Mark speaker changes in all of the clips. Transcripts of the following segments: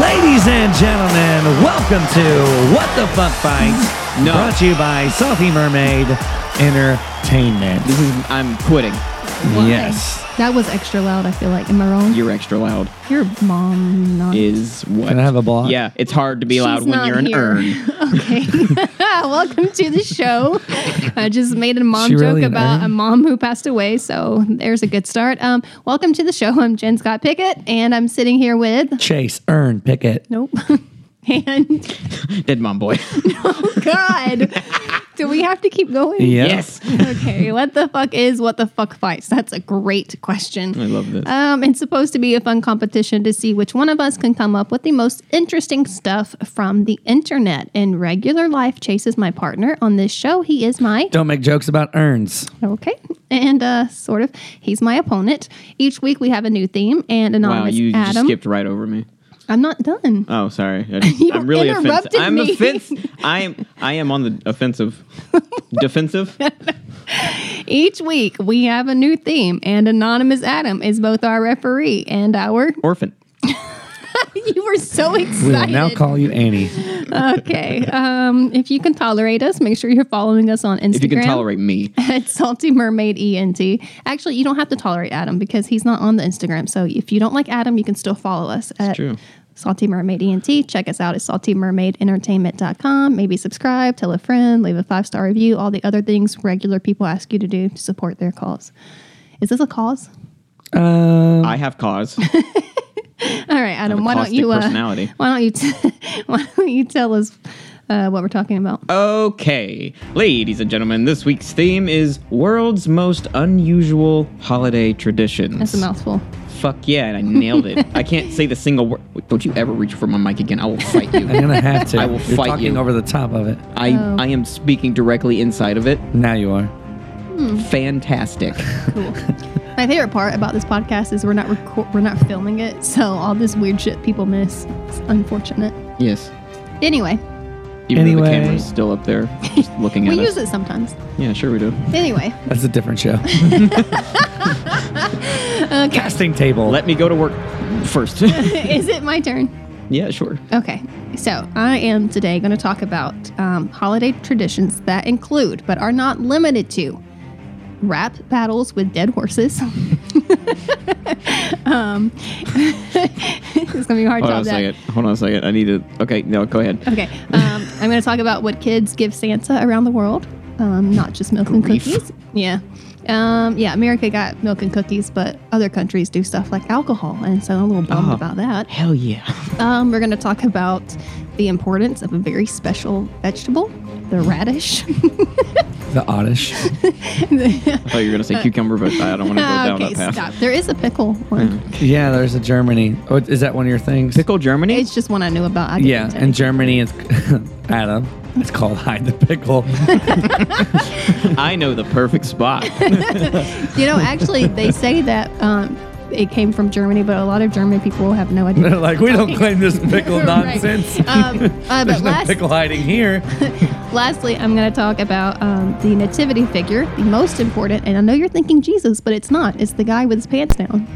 Speaker 1: Ladies and gentlemen, welcome to What the Fuck Bites,
Speaker 2: No.
Speaker 1: brought to you by Salty Mermaid Entertainment.
Speaker 2: This is Mm, I'm quitting.
Speaker 3: Why?
Speaker 1: Yes.
Speaker 3: That was extra loud, I feel like. Am I wrong?
Speaker 2: You're extra loud.
Speaker 3: Your mom not
Speaker 2: Is what?
Speaker 1: Can I have a block?
Speaker 2: Yeah, it's hard to be loud
Speaker 3: She's
Speaker 2: when
Speaker 3: not
Speaker 2: you're an
Speaker 3: here.
Speaker 2: urn.
Speaker 3: okay. Welcome to the show. I just made a mom
Speaker 1: She
Speaker 3: joke
Speaker 1: really an
Speaker 3: about a
Speaker 1: urn?
Speaker 3: mom who passed away, so there's a good start. Um, welcome to the show. I'm Jen Scott Pickett, and I'm sitting here with
Speaker 1: Chase, Earn, Pickett.
Speaker 3: Nope. and
Speaker 2: Dead mom boy.
Speaker 3: God. Do we have to keep going?
Speaker 1: Yeah.
Speaker 2: Yes.
Speaker 3: Okay. What the fuck is what the fuck fights? That's a great question.
Speaker 2: I love this.
Speaker 3: Um, it's supposed to be a fun competition to see which one of us can come up with the most interesting stuff from the internet. In regular life, Chase is my partner on this show. He is my
Speaker 1: Don't make jokes about urns.
Speaker 3: okay, and uh, sort of he's my opponent. Each week we have a new theme, and
Speaker 2: wow,
Speaker 3: anonymous
Speaker 2: you you just
Speaker 3: Adam.
Speaker 2: skipped right over me.
Speaker 3: I'm not done.
Speaker 2: Oh, sorry. I just,
Speaker 3: You
Speaker 2: I'm really offensive.
Speaker 3: interrupted
Speaker 2: I'm
Speaker 3: me.
Speaker 2: offensive. I am. I am on the offensive. Defensive.
Speaker 3: Each week we have a new theme, and anonymous Adam is both our referee and our.
Speaker 2: Orphan.
Speaker 3: you were so excited.
Speaker 1: We will now call you Annie.
Speaker 3: okay, um, if you can tolerate us, make sure you're following us on Instagram.
Speaker 2: If you can tolerate me.
Speaker 3: at Salty Mermaid ENT. Actually, you don't have to tolerate Adam because he's not on the Instagram. So if you don't like Adam, you can still follow us at
Speaker 2: true.
Speaker 3: Salty Mermaid ENT. Check us out at saltymermaidentertainment.com. Maybe subscribe, tell a friend, leave a five star review, all the other things regular people ask you to do to support their cause. Is this a cause?
Speaker 1: Uh,
Speaker 2: I have cause.
Speaker 3: All right, Adam.
Speaker 2: a
Speaker 3: Why don't
Speaker 2: caustic
Speaker 3: you? Uh,
Speaker 2: personality.
Speaker 3: Why don't you? T- why don't you tell us uh, what we're talking about?
Speaker 2: Okay, ladies and gentlemen, this week's theme is world's most unusual holiday traditions.
Speaker 3: That's a mouthful.
Speaker 2: Fuck yeah, and I nailed it. I can't say the single word. Wait, Don't you ever reach for my mic again. I will fight you.
Speaker 1: I'm going to have to.
Speaker 2: I will
Speaker 1: You're
Speaker 2: fight
Speaker 1: talking
Speaker 2: you.
Speaker 1: over the top of it.
Speaker 2: I, I am speaking directly inside of it.
Speaker 1: Now you are.
Speaker 2: Fantastic.
Speaker 3: Cool. My favorite part about this podcast is we're not reco- we're not filming it, so all this weird shit people miss. It's unfortunate.
Speaker 2: yes.
Speaker 3: Anyway,
Speaker 2: Even though the
Speaker 1: Anyway.
Speaker 2: camera's still up there, just looking at
Speaker 3: we
Speaker 2: us.
Speaker 3: use it sometimes.
Speaker 2: Yeah, sure we do.
Speaker 3: Anyway,
Speaker 1: That's a different show. Casting table.
Speaker 2: Let me go to work first.
Speaker 3: is it my turn?
Speaker 2: yeah, sure.
Speaker 3: Okay, so I am today going to talk about um, holiday traditions that include, but are not limited to, rap battles with dead horses. um, it's gonna be hard to
Speaker 2: Hold
Speaker 3: top
Speaker 2: on a second.
Speaker 3: that.
Speaker 2: Hold on a second. I need to. Okay, no, go ahead.
Speaker 3: Okay, um, I'm going to talk about what kids give Santa around the world, um, not just milk and
Speaker 2: Grief.
Speaker 3: cookies. Yeah, um, yeah. America got milk and cookies, but other countries do stuff like alcohol, and so I'm a little bummed
Speaker 2: Ah.
Speaker 3: about that.
Speaker 2: Hell yeah.
Speaker 3: Um, we're going to talk about the importance of a very special vegetable, the radish.
Speaker 1: The Oddish.
Speaker 2: I thought you were going to say cucumber, but I don't want to go down
Speaker 3: okay,
Speaker 2: that path.
Speaker 3: stop. There is a pickle
Speaker 1: Hmm.
Speaker 3: one.
Speaker 1: Yeah, there's a Germany. Oh, is that one of your things?
Speaker 2: Pickle Germany?
Speaker 3: It's just one I knew about. I didn't
Speaker 1: Yeah,
Speaker 3: take
Speaker 1: in
Speaker 3: it.
Speaker 1: Germany, it's Adam. It's called hide the pickle.
Speaker 2: I know the perfect spot.
Speaker 3: you know, actually, they say that. Um, it came from Germany, but a lot of German people have no idea.
Speaker 1: They're like, we don't claim this pickle
Speaker 3: Right.
Speaker 1: nonsense.
Speaker 3: Um, uh, but
Speaker 1: There's no
Speaker 3: last,
Speaker 1: pickle hiding here.
Speaker 3: lastly, I'm going to talk about um, the nativity figure, the most important. And I know you're thinking Jesus, but it's not. It's the guy with his pants down.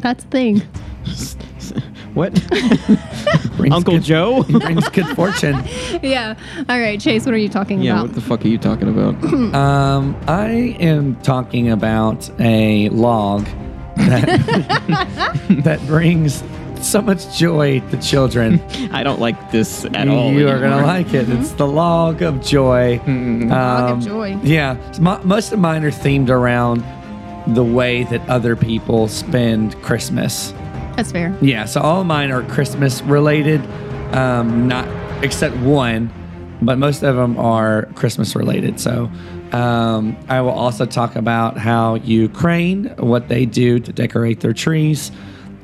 Speaker 3: That's the thing.
Speaker 2: what?
Speaker 1: Brings
Speaker 2: Uncle
Speaker 1: good,
Speaker 2: Joe?
Speaker 1: brings good fortune.
Speaker 3: Yeah. All right, Chase, what are you talking
Speaker 2: yeah, what
Speaker 3: about?
Speaker 2: the fuck are you talking about?
Speaker 1: Um, I am talking about a log that, that brings so much joy to children.
Speaker 2: I don't like this at all.
Speaker 1: you are gonna
Speaker 2: anymore.
Speaker 1: like it. It's the log of joy.
Speaker 3: Mm-hmm.
Speaker 1: Um,
Speaker 3: Log of joy.
Speaker 1: Yeah, S- mo- most of mine are themed around the way that other people spend Christmas.
Speaker 3: That's fair.
Speaker 1: Yeah, so all of mine are Christmas related, um, not except one, but most of them are Christmas related. So um, I will also talk about how Ukraine, what they do to decorate their trees,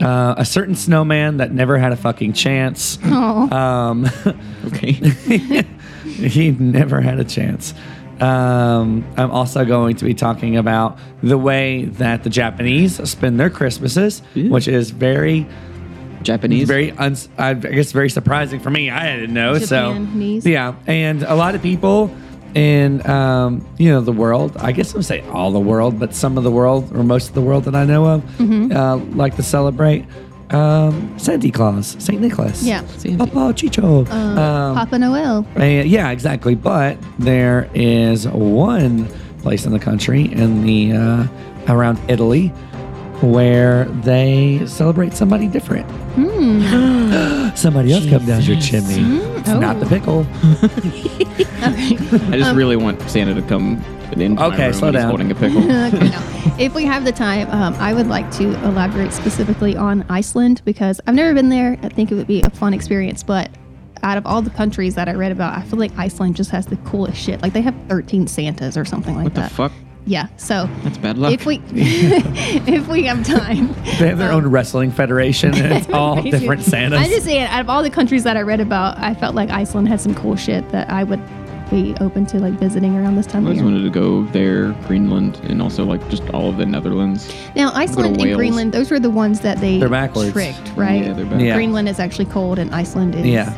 Speaker 1: uh, a certain snowman that never had a fucking chance.
Speaker 2: Uh,
Speaker 3: Oh,
Speaker 1: Um,
Speaker 2: Okay.
Speaker 1: he never had a chance. Um, I'm also going to be talking about the way that the Japanese spend their Christmases,
Speaker 2: Yeah.
Speaker 1: which is very,
Speaker 2: Japanese.
Speaker 1: very, uns uh, I guess, very surprising for me. I didn't know.
Speaker 3: Japanese.
Speaker 1: So, yeah, and a lot of people in um, you know the world. I guess I would say all the world, but some of the world or most of the world that I know of uh, like to celebrate um, Santa Claus, Saint Nicholas.
Speaker 3: Yeah.
Speaker 2: Santa.
Speaker 1: Papa Chicho. um,
Speaker 3: Papa Noel.
Speaker 1: and- yeah, exactly. But there is one place in the country in the uh, around Italy where they celebrate somebody different. somebody else come down your chimney. It's not
Speaker 3: Hmm. oh.
Speaker 1: the pickle.
Speaker 2: I just really want Santa to come in. my
Speaker 1: um, Okay,
Speaker 2: room
Speaker 1: slow
Speaker 2: and he's
Speaker 1: down.
Speaker 2: Holding a pickle.
Speaker 3: Okay, no. If we have the time, um, I would like to elaborate specifically on Iceland because I've never been there. I think it would be a fun experience, but out of all the countries that I read about, I feel like Iceland just has the coolest shit. Like they have 13 Santas or something like
Speaker 2: what the
Speaker 3: that.
Speaker 2: fuck?
Speaker 3: Yeah. So
Speaker 2: That's bad luck.
Speaker 3: if we if we have time,
Speaker 1: They have their own wrestling federation, and it's all
Speaker 3: Basically.
Speaker 1: different Santas.
Speaker 3: I'm just saying, out of all the countries that I read about, I felt like Iceland had some cool shit that I would be open to like visiting around this
Speaker 2: I
Speaker 3: time of
Speaker 2: always
Speaker 3: year.
Speaker 2: wanted to go there, Greenland, and also like just all of the Netherlands.
Speaker 3: Now, Iceland and
Speaker 2: Wales.
Speaker 3: Greenland, those were the ones that they
Speaker 1: They're backwards.
Speaker 3: tricked, right?
Speaker 2: Yeah, they're back.
Speaker 1: Yeah.
Speaker 3: Greenland is actually cold and Iceland is.
Speaker 1: yeah,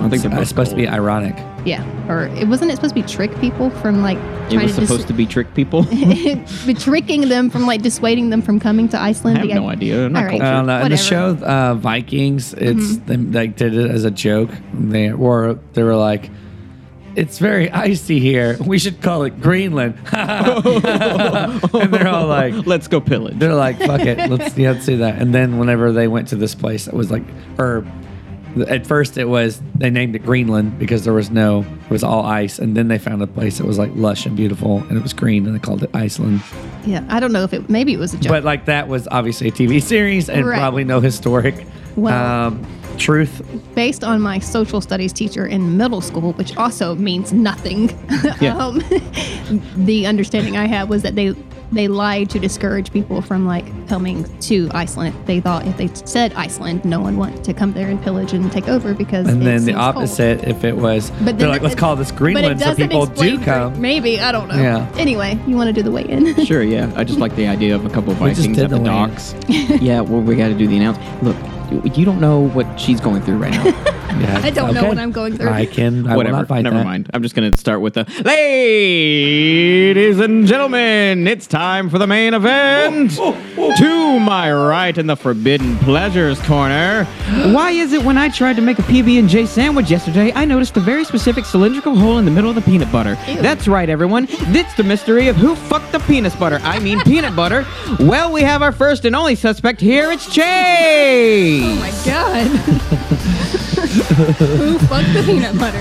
Speaker 2: I think they're
Speaker 1: it's
Speaker 2: both
Speaker 1: uh, supposed to be
Speaker 2: cold.
Speaker 1: ironic.
Speaker 3: Yeah. Or it wasn't it supposed to be trick people from like
Speaker 2: It
Speaker 3: trying
Speaker 2: was
Speaker 3: to dis-
Speaker 2: supposed to be trick people. I
Speaker 3: be tricking them from like dissuading them from coming to Iceland.
Speaker 2: have
Speaker 3: The
Speaker 2: no
Speaker 3: i-
Speaker 2: idea. I'm
Speaker 3: All
Speaker 2: not
Speaker 3: right.
Speaker 2: cultured.
Speaker 1: I don't know. In the show
Speaker 3: Whatever.
Speaker 1: uh, Vikings, it's they like did it as a joke. They or they were like, "It's very icy here. We should call it Greenland." and they're all like,
Speaker 2: Let's go pillage.
Speaker 1: "They're like, fuck it, let's yeah, let's do that." And then whenever they went to this place, it was like, or at first it was they named it Greenland because there was no it was all ice, and then they found a place that was like lush and beautiful, and it was green, and they called it Iceland.
Speaker 3: Yeah. I don't know if it maybe it was a joke.
Speaker 1: But like that was obviously a TV series and
Speaker 3: Right.
Speaker 1: probably no historic
Speaker 3: Well-
Speaker 1: um, truth.
Speaker 3: based on my social studies teacher in middle school, which also means nothing.
Speaker 2: Yeah.
Speaker 3: um, the understanding I had was that they they lied to discourage people from like coming to Iceland. They thought if they said Iceland, no one wanted to come there and pillage and take over because
Speaker 1: And
Speaker 3: it
Speaker 1: then the
Speaker 3: seems cold.
Speaker 1: opposite, if it was,
Speaker 3: But
Speaker 1: they're
Speaker 3: then
Speaker 1: like,
Speaker 3: it-
Speaker 1: let's call this
Speaker 3: But it
Speaker 1: Greenland so
Speaker 3: doesn't
Speaker 1: people
Speaker 3: explain
Speaker 1: do
Speaker 3: Green-
Speaker 1: come.
Speaker 3: Maybe I don't know.
Speaker 1: Yeah.
Speaker 3: Anyway, you want to do the weigh in?
Speaker 2: Sure, yeah. I just like the idea of a couple of
Speaker 1: We just
Speaker 2: Vikings
Speaker 1: did
Speaker 2: at the
Speaker 1: the land.
Speaker 2: docks. yeah, well, we got to do the announcement. Look, you- you don't know what she's going through right now.
Speaker 1: Yeah,
Speaker 3: I don't know what I'm going through.
Speaker 1: I can. I Will
Speaker 2: Whatever.
Speaker 1: not fight
Speaker 2: Never
Speaker 1: that.
Speaker 2: mind. I'm just going to start with the ladies and gentlemen. It's time for the main event. To my right in the Forbidden Pleasures corner. Why is it when I tried to make a PB and J sandwich yesterday, I noticed a very specific cylindrical hole in the middle of the peanut butter?
Speaker 3: Ew.
Speaker 2: That's right, everyone. That's the mystery of who fucked the peanut butter. I mean peanut butter. Well, we have our first and only suspect here. It's Chase.
Speaker 3: Oh my god. Who fucked the peanut butter?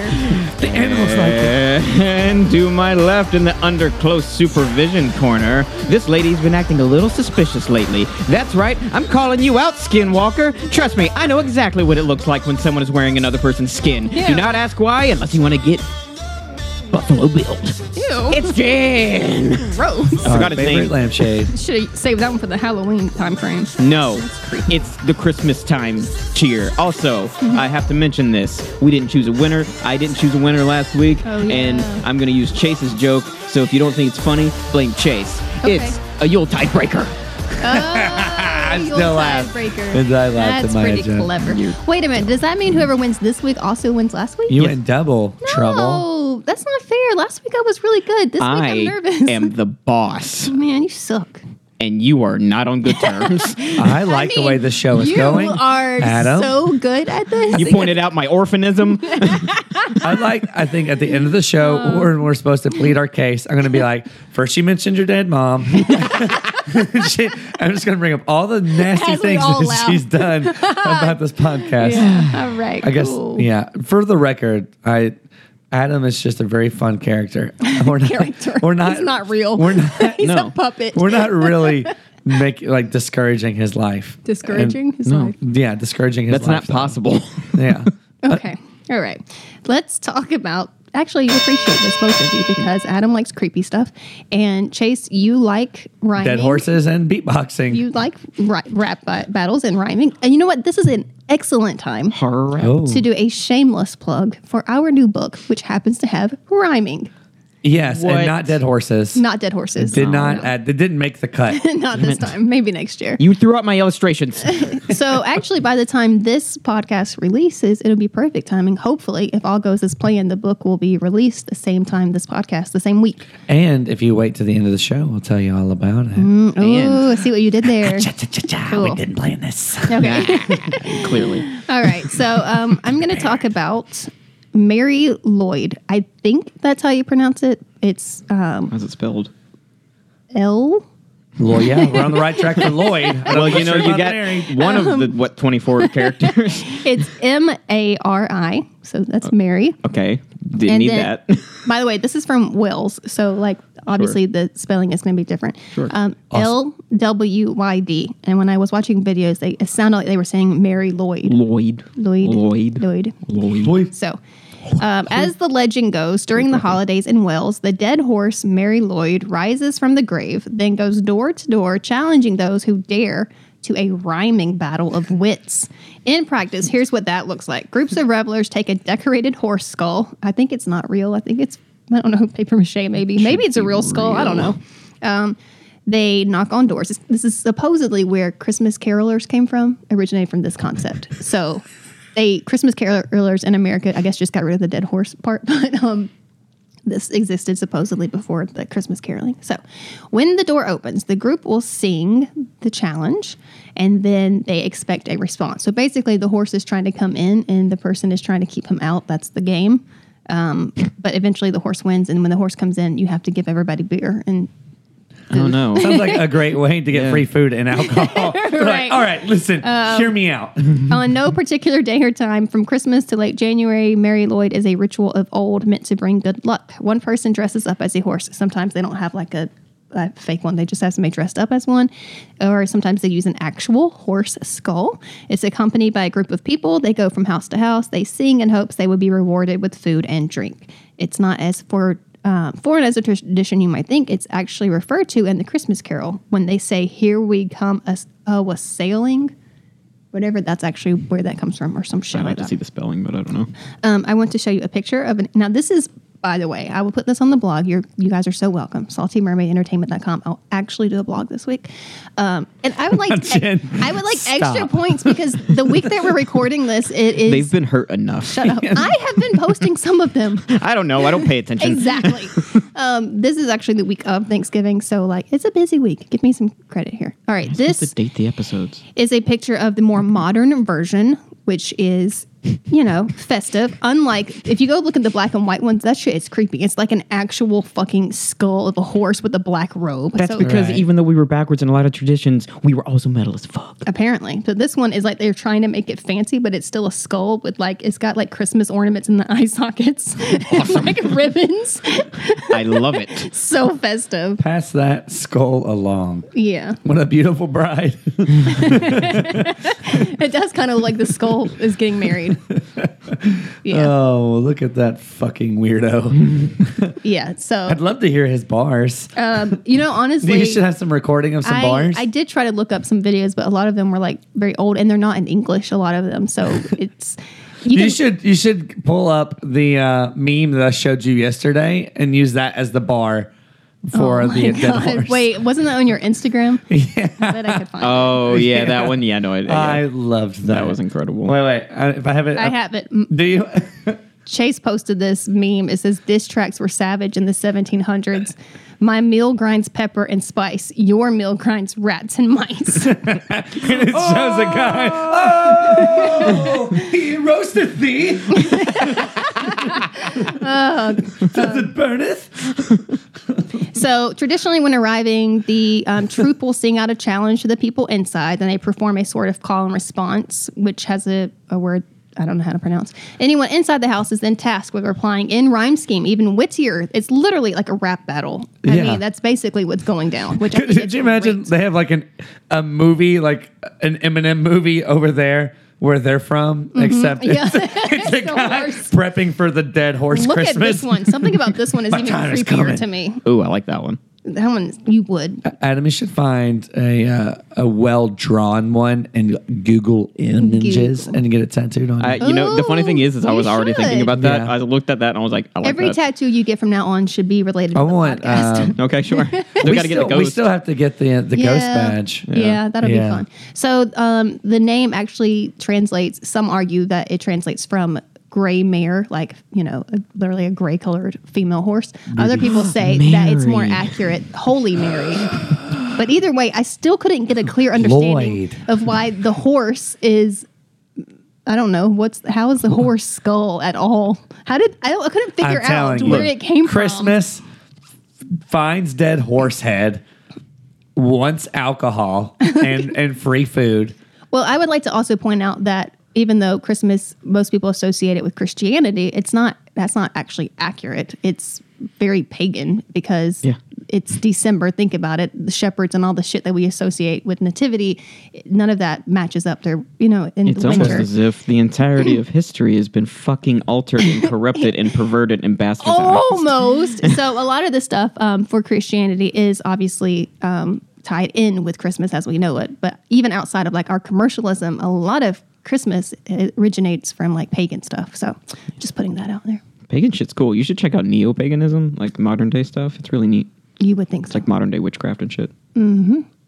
Speaker 1: The animals like it.
Speaker 2: And to my left in the under close supervision corner, this lady's been acting a little suspicious lately. That's right, I'm calling you out, Skinwalker. Trust me, I know exactly what it looks like when someone is wearing another person's skin.
Speaker 3: Ew.
Speaker 2: Do not ask why unless you want to get Buffalo Bill.
Speaker 3: Ew.
Speaker 2: It's Jen!
Speaker 3: gross.
Speaker 2: I forgot
Speaker 1: Our
Speaker 2: his
Speaker 1: favorite
Speaker 2: name.
Speaker 1: lampshade.
Speaker 3: Should have saved that one for the Halloween time frame.
Speaker 2: No, it's the Christmas time cheer. Also, I have to mention this. We didn't choose a winner. I didn't choose a winner last week.
Speaker 3: Oh, yeah.
Speaker 2: And I'm going to use Chase's joke. So if you don't think it's funny, blame Chase.
Speaker 3: Okay.
Speaker 2: It's a Yule breaker.
Speaker 3: Oh,
Speaker 1: still
Speaker 3: Yule
Speaker 1: laugh.
Speaker 3: tiebreaker.
Speaker 1: And I laughed at
Speaker 3: That's
Speaker 1: my
Speaker 3: pretty
Speaker 1: joke.
Speaker 3: clever.
Speaker 2: You-
Speaker 3: Wait a minute. Does that mean whoever wins this week also wins last week?
Speaker 1: You in double
Speaker 3: no,
Speaker 1: trouble.
Speaker 3: that's not fair. Last week I was really good. This
Speaker 2: I
Speaker 3: week I'm nervous.
Speaker 2: am the boss,
Speaker 3: Man, you suck.
Speaker 2: and you are not on good terms.
Speaker 1: I like the way the show is
Speaker 3: you
Speaker 1: going.
Speaker 3: You are
Speaker 1: Adam,
Speaker 3: so good at this.
Speaker 2: you pointed out my orphanism.
Speaker 1: I like. I think at the end of the show,
Speaker 3: Oh.
Speaker 1: when we're supposed to plead our case, I'm going to be like, first you mentioned your dead mom. She- I'm just going to bring up all the nasty
Speaker 3: As we
Speaker 1: things
Speaker 3: all
Speaker 1: that
Speaker 3: laugh.
Speaker 1: she's done about this podcast.
Speaker 3: Yeah. All right.
Speaker 1: I guess.
Speaker 3: cool.
Speaker 1: Yeah. For the record, I Adam is just a very fun character. We're not.
Speaker 3: Character.
Speaker 1: We're not.
Speaker 3: He's not real.
Speaker 1: We're not.
Speaker 3: He's
Speaker 2: no.
Speaker 3: a puppet.
Speaker 1: we're not really making like discouraging his life.
Speaker 3: discouraging his
Speaker 2: No.
Speaker 3: life.
Speaker 1: And- yeah, discouraging his.
Speaker 2: That's not
Speaker 1: lifestyle.
Speaker 2: possible.
Speaker 1: Yeah.
Speaker 3: Okay. All right. Let's talk about. Actually, you appreciate this, both of you, because Adam likes creepy stuff, and Chase, you like rhyming.
Speaker 1: Dead horses and beatboxing.
Speaker 3: You like ri- rap ba- battles and rhyming. And you know what? This is an excellent time
Speaker 2: Horror rap.
Speaker 1: oh.
Speaker 3: to do a shameless plug for our new book, which happens to have rhyming.
Speaker 1: Yes,
Speaker 2: What?
Speaker 1: and not dead horses.
Speaker 3: Not dead horses. Oh,
Speaker 1: did not.
Speaker 3: No.
Speaker 1: add- they didn't make the cut.
Speaker 3: not this time. Maybe next year.
Speaker 2: You threw out my illustrations.
Speaker 3: so actually, by the time this podcast releases, it'll be perfect timing. Hopefully, if all goes as planned, the book will be released the same time this podcast, the same week.
Speaker 1: and if you wait to the end of the show, we'll tell you all about it.
Speaker 3: Oh, I see what you did there.
Speaker 1: Cha-cha-cha-cha, We
Speaker 3: Cool.
Speaker 1: didn't plan this.
Speaker 3: Okay.
Speaker 2: Clearly.
Speaker 3: all right. So um, I'm going to talk about Mary Lloyd. I think that's how you pronounce it. It's um,
Speaker 2: How's it spelled?
Speaker 3: L.
Speaker 1: Well, yeah, we're on the right track for Lloyd.
Speaker 2: Well, you know,
Speaker 1: Sure
Speaker 2: you
Speaker 1: about
Speaker 2: got
Speaker 1: Mary.
Speaker 2: one of
Speaker 3: Um,
Speaker 2: the, what, 24 characters?
Speaker 3: It's M A R I. So
Speaker 2: Uh,
Speaker 3: that's Mary.
Speaker 2: okay. Didn't
Speaker 3: And
Speaker 2: need
Speaker 3: then-
Speaker 2: that.
Speaker 3: By the way, this is from Wills, so like obviously the spelling is going to be different.
Speaker 2: Sure.
Speaker 3: Um, L W Y D. And when I was watching videos, they it sounded like they were saying Mary Lloyd.
Speaker 2: Lloyd.
Speaker 3: Lloyd.
Speaker 2: Lloyd.
Speaker 3: Lloyd.
Speaker 2: Lloyd.
Speaker 1: Boy,
Speaker 3: So, um, as the legend goes, during the holidays in Wales, the dead horse Mary Lloyd rises from the grave, then goes door to door, challenging those who dare to a rhyming battle of wits. In practice, here's what that looks like groups of revelers take a decorated horse skull. I think it's not real. I think it's, I don't know, paper mache maybe. Maybe it's a
Speaker 2: be
Speaker 3: real skull. I don't
Speaker 2: real.
Speaker 3: know. Um, they knock on doors. This, this is supposedly where Christmas carolers came from, originated from this concept. So they Christmas carolers in America, I guess, just got rid of the dead horse part, but um, this existed supposedly before the Christmas caroling. So when the door opens, the group will sing the challenge and then they expect a response. So basically, the horse is trying to come in and the person is trying to keep him out. That's the game. Um, but eventually, the horse wins. And when the horse comes in, you have to give everybody beer and
Speaker 2: Oh, no.
Speaker 1: Sounds like a great way to get free food and alcohol. They're
Speaker 3: Right. Um,
Speaker 1: like, all right, listen, hear me out.
Speaker 3: on Uh, no particular day or time, from Christmas to late January, Mary Lloyd is a ritual of old meant to bring good luck. One person dresses up as a horse. Sometimes they don't have like a, a fake one, they just have somebody dressed up as one. Or sometimes they use an actual horse skull. It's accompanied by a group of people. They go from house to house. They sing in hopes they will be rewarded with food and drink. It's not as for um, foreign as a tradition you might think, it's actually referred to in the Christmas Carol when they say, Here we come, us, uh, was sailing whatever that's actually where that comes from or some shit
Speaker 2: I'd
Speaker 3: like
Speaker 2: like to
Speaker 3: that.
Speaker 2: see the spelling, but I don't know.
Speaker 3: Um, I want to show you a picture of an. Now this is, by the way, I will put this on the blog. You're, you guys are so welcome. SaltyMermaidEntertainment.com. I'll actually do a blog this week, um, and I would like
Speaker 1: Jen,
Speaker 3: I would like extra
Speaker 1: stop.
Speaker 3: points because the week that we're recording this, it is-
Speaker 2: They've been hurt enough.
Speaker 3: Shut up. I have been posting some of them.
Speaker 2: I don't know. I don't pay attention.
Speaker 3: Exactly. um, this is actually the week of Thanksgiving, so like it's a busy week. Give me some credit here. All right,
Speaker 2: What's
Speaker 3: this
Speaker 2: the date the episodes?
Speaker 3: is a picture of the more modern version, which is, you know, festive. Unlike if you go look at the black and white ones, that shit is creepy. It's like an actual fucking skull of a horse with a black robe.
Speaker 2: That's
Speaker 3: So-
Speaker 2: because
Speaker 1: Right.
Speaker 2: even though we were backwards in a lot of traditions, we were also metal as fuck.
Speaker 3: apparently. So this one is like they're trying to make it fancy, but it's still a skull with like it's got like Christmas ornaments in the eye sockets, like ribbons.
Speaker 2: I love it.
Speaker 3: so festive.
Speaker 1: Pass that skull along.
Speaker 3: Yeah,
Speaker 1: What a beautiful bride.
Speaker 3: it does kind of look like the skull is getting married. Yeah,
Speaker 1: Oh, look at that fucking weirdo.
Speaker 3: yeah. So
Speaker 1: I'd love to hear his bars.
Speaker 3: um, you know, honestly,
Speaker 1: you should have some recording of some
Speaker 3: I,
Speaker 1: bars.
Speaker 3: I did try to look up some videos, but a lot of them were like very old, and they're not in English. A lot of them, so it's you,
Speaker 1: you
Speaker 3: can-
Speaker 1: should you should pull up the uh, meme that I showed you yesterday and use that as the bar for
Speaker 3: Oh
Speaker 1: the
Speaker 3: my
Speaker 1: dead
Speaker 3: God.
Speaker 1: horse.
Speaker 3: Wait, wasn't that on your Instagram? Yeah, that I could find.
Speaker 2: Oh yeah, that one. Yeah, no, I,
Speaker 1: I loved that.
Speaker 2: that was incredible.
Speaker 1: Wait, wait. I, if I have it,
Speaker 3: I
Speaker 1: up-
Speaker 3: have it. M-
Speaker 1: Do you?
Speaker 3: Chase posted this meme. It says, "Diss tracks were savage in the 1700s. My meal grinds pepper and spice. Your meal grinds rats and mice."
Speaker 1: it shows a guy. Oh, he roasted thee.
Speaker 3: Oh,
Speaker 1: Does it burneth?
Speaker 3: So traditionally, when arriving, the um, troop will sing out a challenge to the people inside, then they perform a sort of call and response, which has a, a word I don't know how to pronounce. Anyone inside the house is then tasked with replying in rhyme scheme, even wittier. It's literally like a rap battle. I
Speaker 1: Yeah.
Speaker 3: mean, that's basically what's going down. Which I
Speaker 1: Could,
Speaker 3: think
Speaker 1: could
Speaker 3: it's
Speaker 1: you imagine
Speaker 3: great.
Speaker 1: they have like an a movie, like an Eminem movie over there where they're from, except
Speaker 3: Mm-hmm. Yeah.
Speaker 1: it's a
Speaker 3: the
Speaker 1: guy
Speaker 3: worst.
Speaker 1: prepping for the dead horse
Speaker 3: Look
Speaker 1: Christmas.
Speaker 3: at this one. Something about this one is
Speaker 1: My
Speaker 3: even
Speaker 1: time is
Speaker 3: creepier
Speaker 1: coming. Oh
Speaker 3: to me.
Speaker 2: Ooh, I like that one.
Speaker 3: That one you would.
Speaker 1: Adam, you should find a uh, a well drawn one and Google images
Speaker 3: Google.
Speaker 1: and get it tattooed on.
Speaker 2: I,
Speaker 1: you.
Speaker 2: you know, the funny thing is, is I
Speaker 3: Ooh,
Speaker 2: was
Speaker 3: you
Speaker 2: already thinking
Speaker 3: should.
Speaker 2: about that.
Speaker 1: Yeah.
Speaker 2: I looked at that and I was like, I like
Speaker 3: Every
Speaker 2: that.
Speaker 3: tattoo you get from now on should be related to
Speaker 1: I
Speaker 3: the
Speaker 1: want.
Speaker 3: podcast.
Speaker 1: Um,
Speaker 2: okay, sure. Still
Speaker 1: we,
Speaker 2: gotta
Speaker 1: still,
Speaker 2: get the
Speaker 1: we
Speaker 2: ghost.
Speaker 1: still have to get the uh, the ghost badge.
Speaker 3: Yeah, that'll
Speaker 1: Yeah.
Speaker 3: be fun. So um, the name actually translates. Some argue that it translates from gray mare, like you know, a, literally a gray colored female horse. Other people say that it's more
Speaker 2: Mary.
Speaker 3: accurate, Holy Mary. but either way, I still couldn't get a clear understanding
Speaker 1: Lloyd.
Speaker 3: of why the horse is. I don't know what's how is the horse skull at all? How did I, don't, I couldn't
Speaker 1: I'm
Speaker 3: figure out
Speaker 1: telling you,
Speaker 3: where it came from.
Speaker 1: Christmas finds dead horse head, wants alcohol and and free food.
Speaker 3: Well, I would like to also point out that even though Christmas, most people associate it with Christianity, it's not. That's not actually accurate. It's very pagan because
Speaker 2: Yeah.
Speaker 3: it's December. Think about it: the shepherds and all the shit that we associate with nativity. None of that matches up. There, you know, in
Speaker 2: It's
Speaker 3: the
Speaker 2: almost
Speaker 3: winter.
Speaker 2: as if the entirety of history has been fucking altered and corrupted and perverted and bastardized.
Speaker 3: Oh! almost so a lot of the stuff um, for christianity is obviously um, tied in with christmas as we know it but even outside of like our commercialism a lot of christmas uh, originates from like pagan stuff so just putting that out there
Speaker 2: Pagan shit's cool. You should check out neo paganism, like modern day stuff. It's really neat.
Speaker 3: you would think so
Speaker 2: Like modern day witchcraft and shit.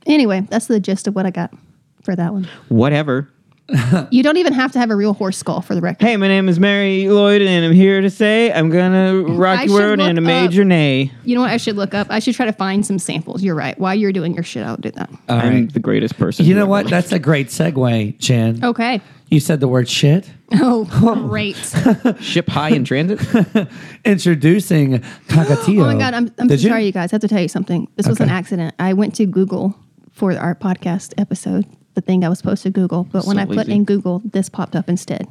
Speaker 3: anyway that's the gist of what i got for that one
Speaker 2: Whatever.
Speaker 3: you don't even have to have a real horse skull for the record
Speaker 2: Hey, my name is Mary Lloyd, and I'm here to say I'm gonna rock
Speaker 3: I
Speaker 2: your
Speaker 3: should
Speaker 2: world in a
Speaker 3: look
Speaker 2: major nay.
Speaker 3: you know what i should look up i should try to find some samples you're right while you're doing your shit i'll do that
Speaker 1: All
Speaker 2: I'm
Speaker 1: right.
Speaker 2: the greatest person.
Speaker 1: You
Speaker 2: who
Speaker 1: know
Speaker 2: ever
Speaker 1: what?
Speaker 2: lived.
Speaker 1: That's a great segue, Jen.
Speaker 3: okay
Speaker 1: You said the word shit.
Speaker 3: oh great
Speaker 2: Ship high in transit.
Speaker 1: Introducing Cockatoo.
Speaker 3: Oh my god, I'm, I'm so
Speaker 1: Did you?
Speaker 3: sorry, you guys. I have to tell you something. This was an accident. I went to Google for our podcast episode, the thing I was supposed to Google, but when
Speaker 2: So
Speaker 3: I put
Speaker 2: lazy.
Speaker 3: in Google, this popped up instead.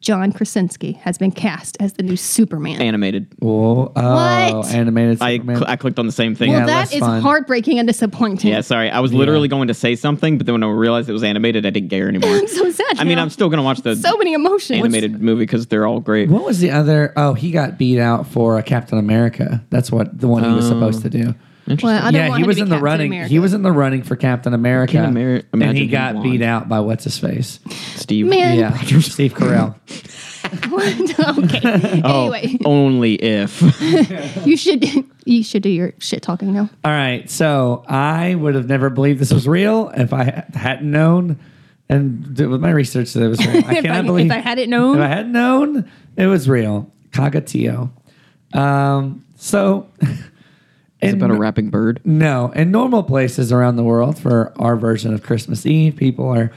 Speaker 3: John Krasinski has been cast as the new Superman.
Speaker 2: Animated.
Speaker 1: Oh, oh,
Speaker 3: What?
Speaker 1: animated
Speaker 2: I
Speaker 1: Superman.
Speaker 2: cl- I clicked on the same thing.
Speaker 3: well,
Speaker 1: Yeah,
Speaker 3: that
Speaker 1: that's
Speaker 3: is
Speaker 1: fun.
Speaker 3: heartbreaking and disappointing.
Speaker 2: Yeah, sorry. I was literally going to say something, but then when I realized it was animated, I didn't care anymore.
Speaker 3: I'm so sad.
Speaker 2: I mean,
Speaker 3: now.
Speaker 2: I'm still gonna watch the
Speaker 3: so many emotions.
Speaker 2: animated movie because they're all great.
Speaker 1: what was the other? Oh, he got beat out for uh, Captain America. That's what the one he
Speaker 2: Oh.
Speaker 1: was supposed to do.
Speaker 3: Well, I don't
Speaker 1: yeah,
Speaker 3: want
Speaker 1: he
Speaker 3: him
Speaker 1: was
Speaker 3: to be
Speaker 1: in the
Speaker 3: Captain
Speaker 1: running.
Speaker 3: America.
Speaker 1: He was in the running for Captain America,
Speaker 2: can't ameri- imagine
Speaker 1: and he
Speaker 2: him
Speaker 1: got
Speaker 2: blonde.
Speaker 1: beat out by what's his face.
Speaker 2: Steve.
Speaker 3: Man.
Speaker 1: Yeah, Steve Carell.
Speaker 3: okay.
Speaker 2: Oh,
Speaker 3: Anyway,
Speaker 2: only if.
Speaker 3: you should you should do your shit talking now.
Speaker 1: All right, so I would have never believed this was real if I ha- hadn't known, and did- with my research that it was real. I
Speaker 3: If I-
Speaker 1: cannot
Speaker 3: if
Speaker 1: believe
Speaker 3: I hadn't known.
Speaker 1: If I had known, it was real. Cockatoo. Um, so,
Speaker 2: It's about a rapping bird.
Speaker 1: No, in normal places around the world for our version of Christmas Eve, people are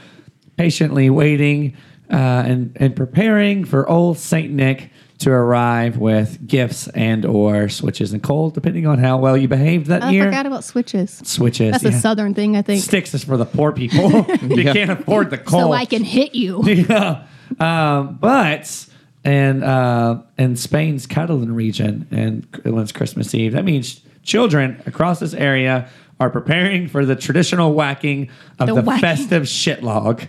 Speaker 1: patiently waiting uh, and and preparing for old Saint Nick to arrive with gifts and or switches and coal, depending on how well you behaved that
Speaker 3: I
Speaker 1: year.
Speaker 3: forgot about switches.
Speaker 1: switches.
Speaker 3: That's a
Speaker 1: yeah.
Speaker 3: southern thing, I think.
Speaker 1: Sticks is for the poor people. they
Speaker 2: Yeah.
Speaker 1: can't afford the coal.
Speaker 3: So I can hit you.
Speaker 1: Yeah. Um, but in uh, in Spain's Catalan region, and when it's Christmas Eve, that means children across this area are preparing for the traditional whacking of the,
Speaker 3: The whacking.
Speaker 1: festive shitlog.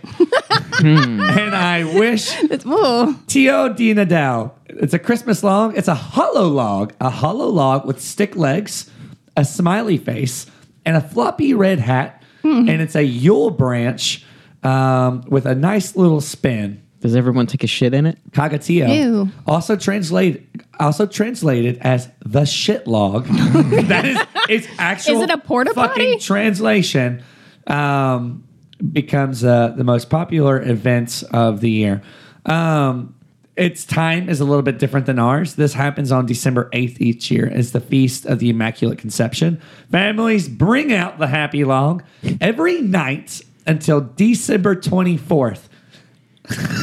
Speaker 1: and I wish
Speaker 3: It's, whoa.
Speaker 1: Tio Di Nadal. It's a Christmas log. It's a hollow log. A hollow log with stick legs, a smiley face, and a floppy red hat. And it's a Yule branch um, with a nice little spin.
Speaker 2: Does everyone take a shit in it?
Speaker 1: Cockatoo.
Speaker 3: Ew.
Speaker 1: Also translate also translated as the shit log. that is it's actual
Speaker 3: Is it a porta
Speaker 1: fucking
Speaker 3: potty?
Speaker 1: translation. Um, becomes uh, the most popular events of the year. Um, its time is a little bit different than ours. This happens on December 8th each year. It's the feast of the Immaculate Conception. Families bring out the happy log every night until December 24th.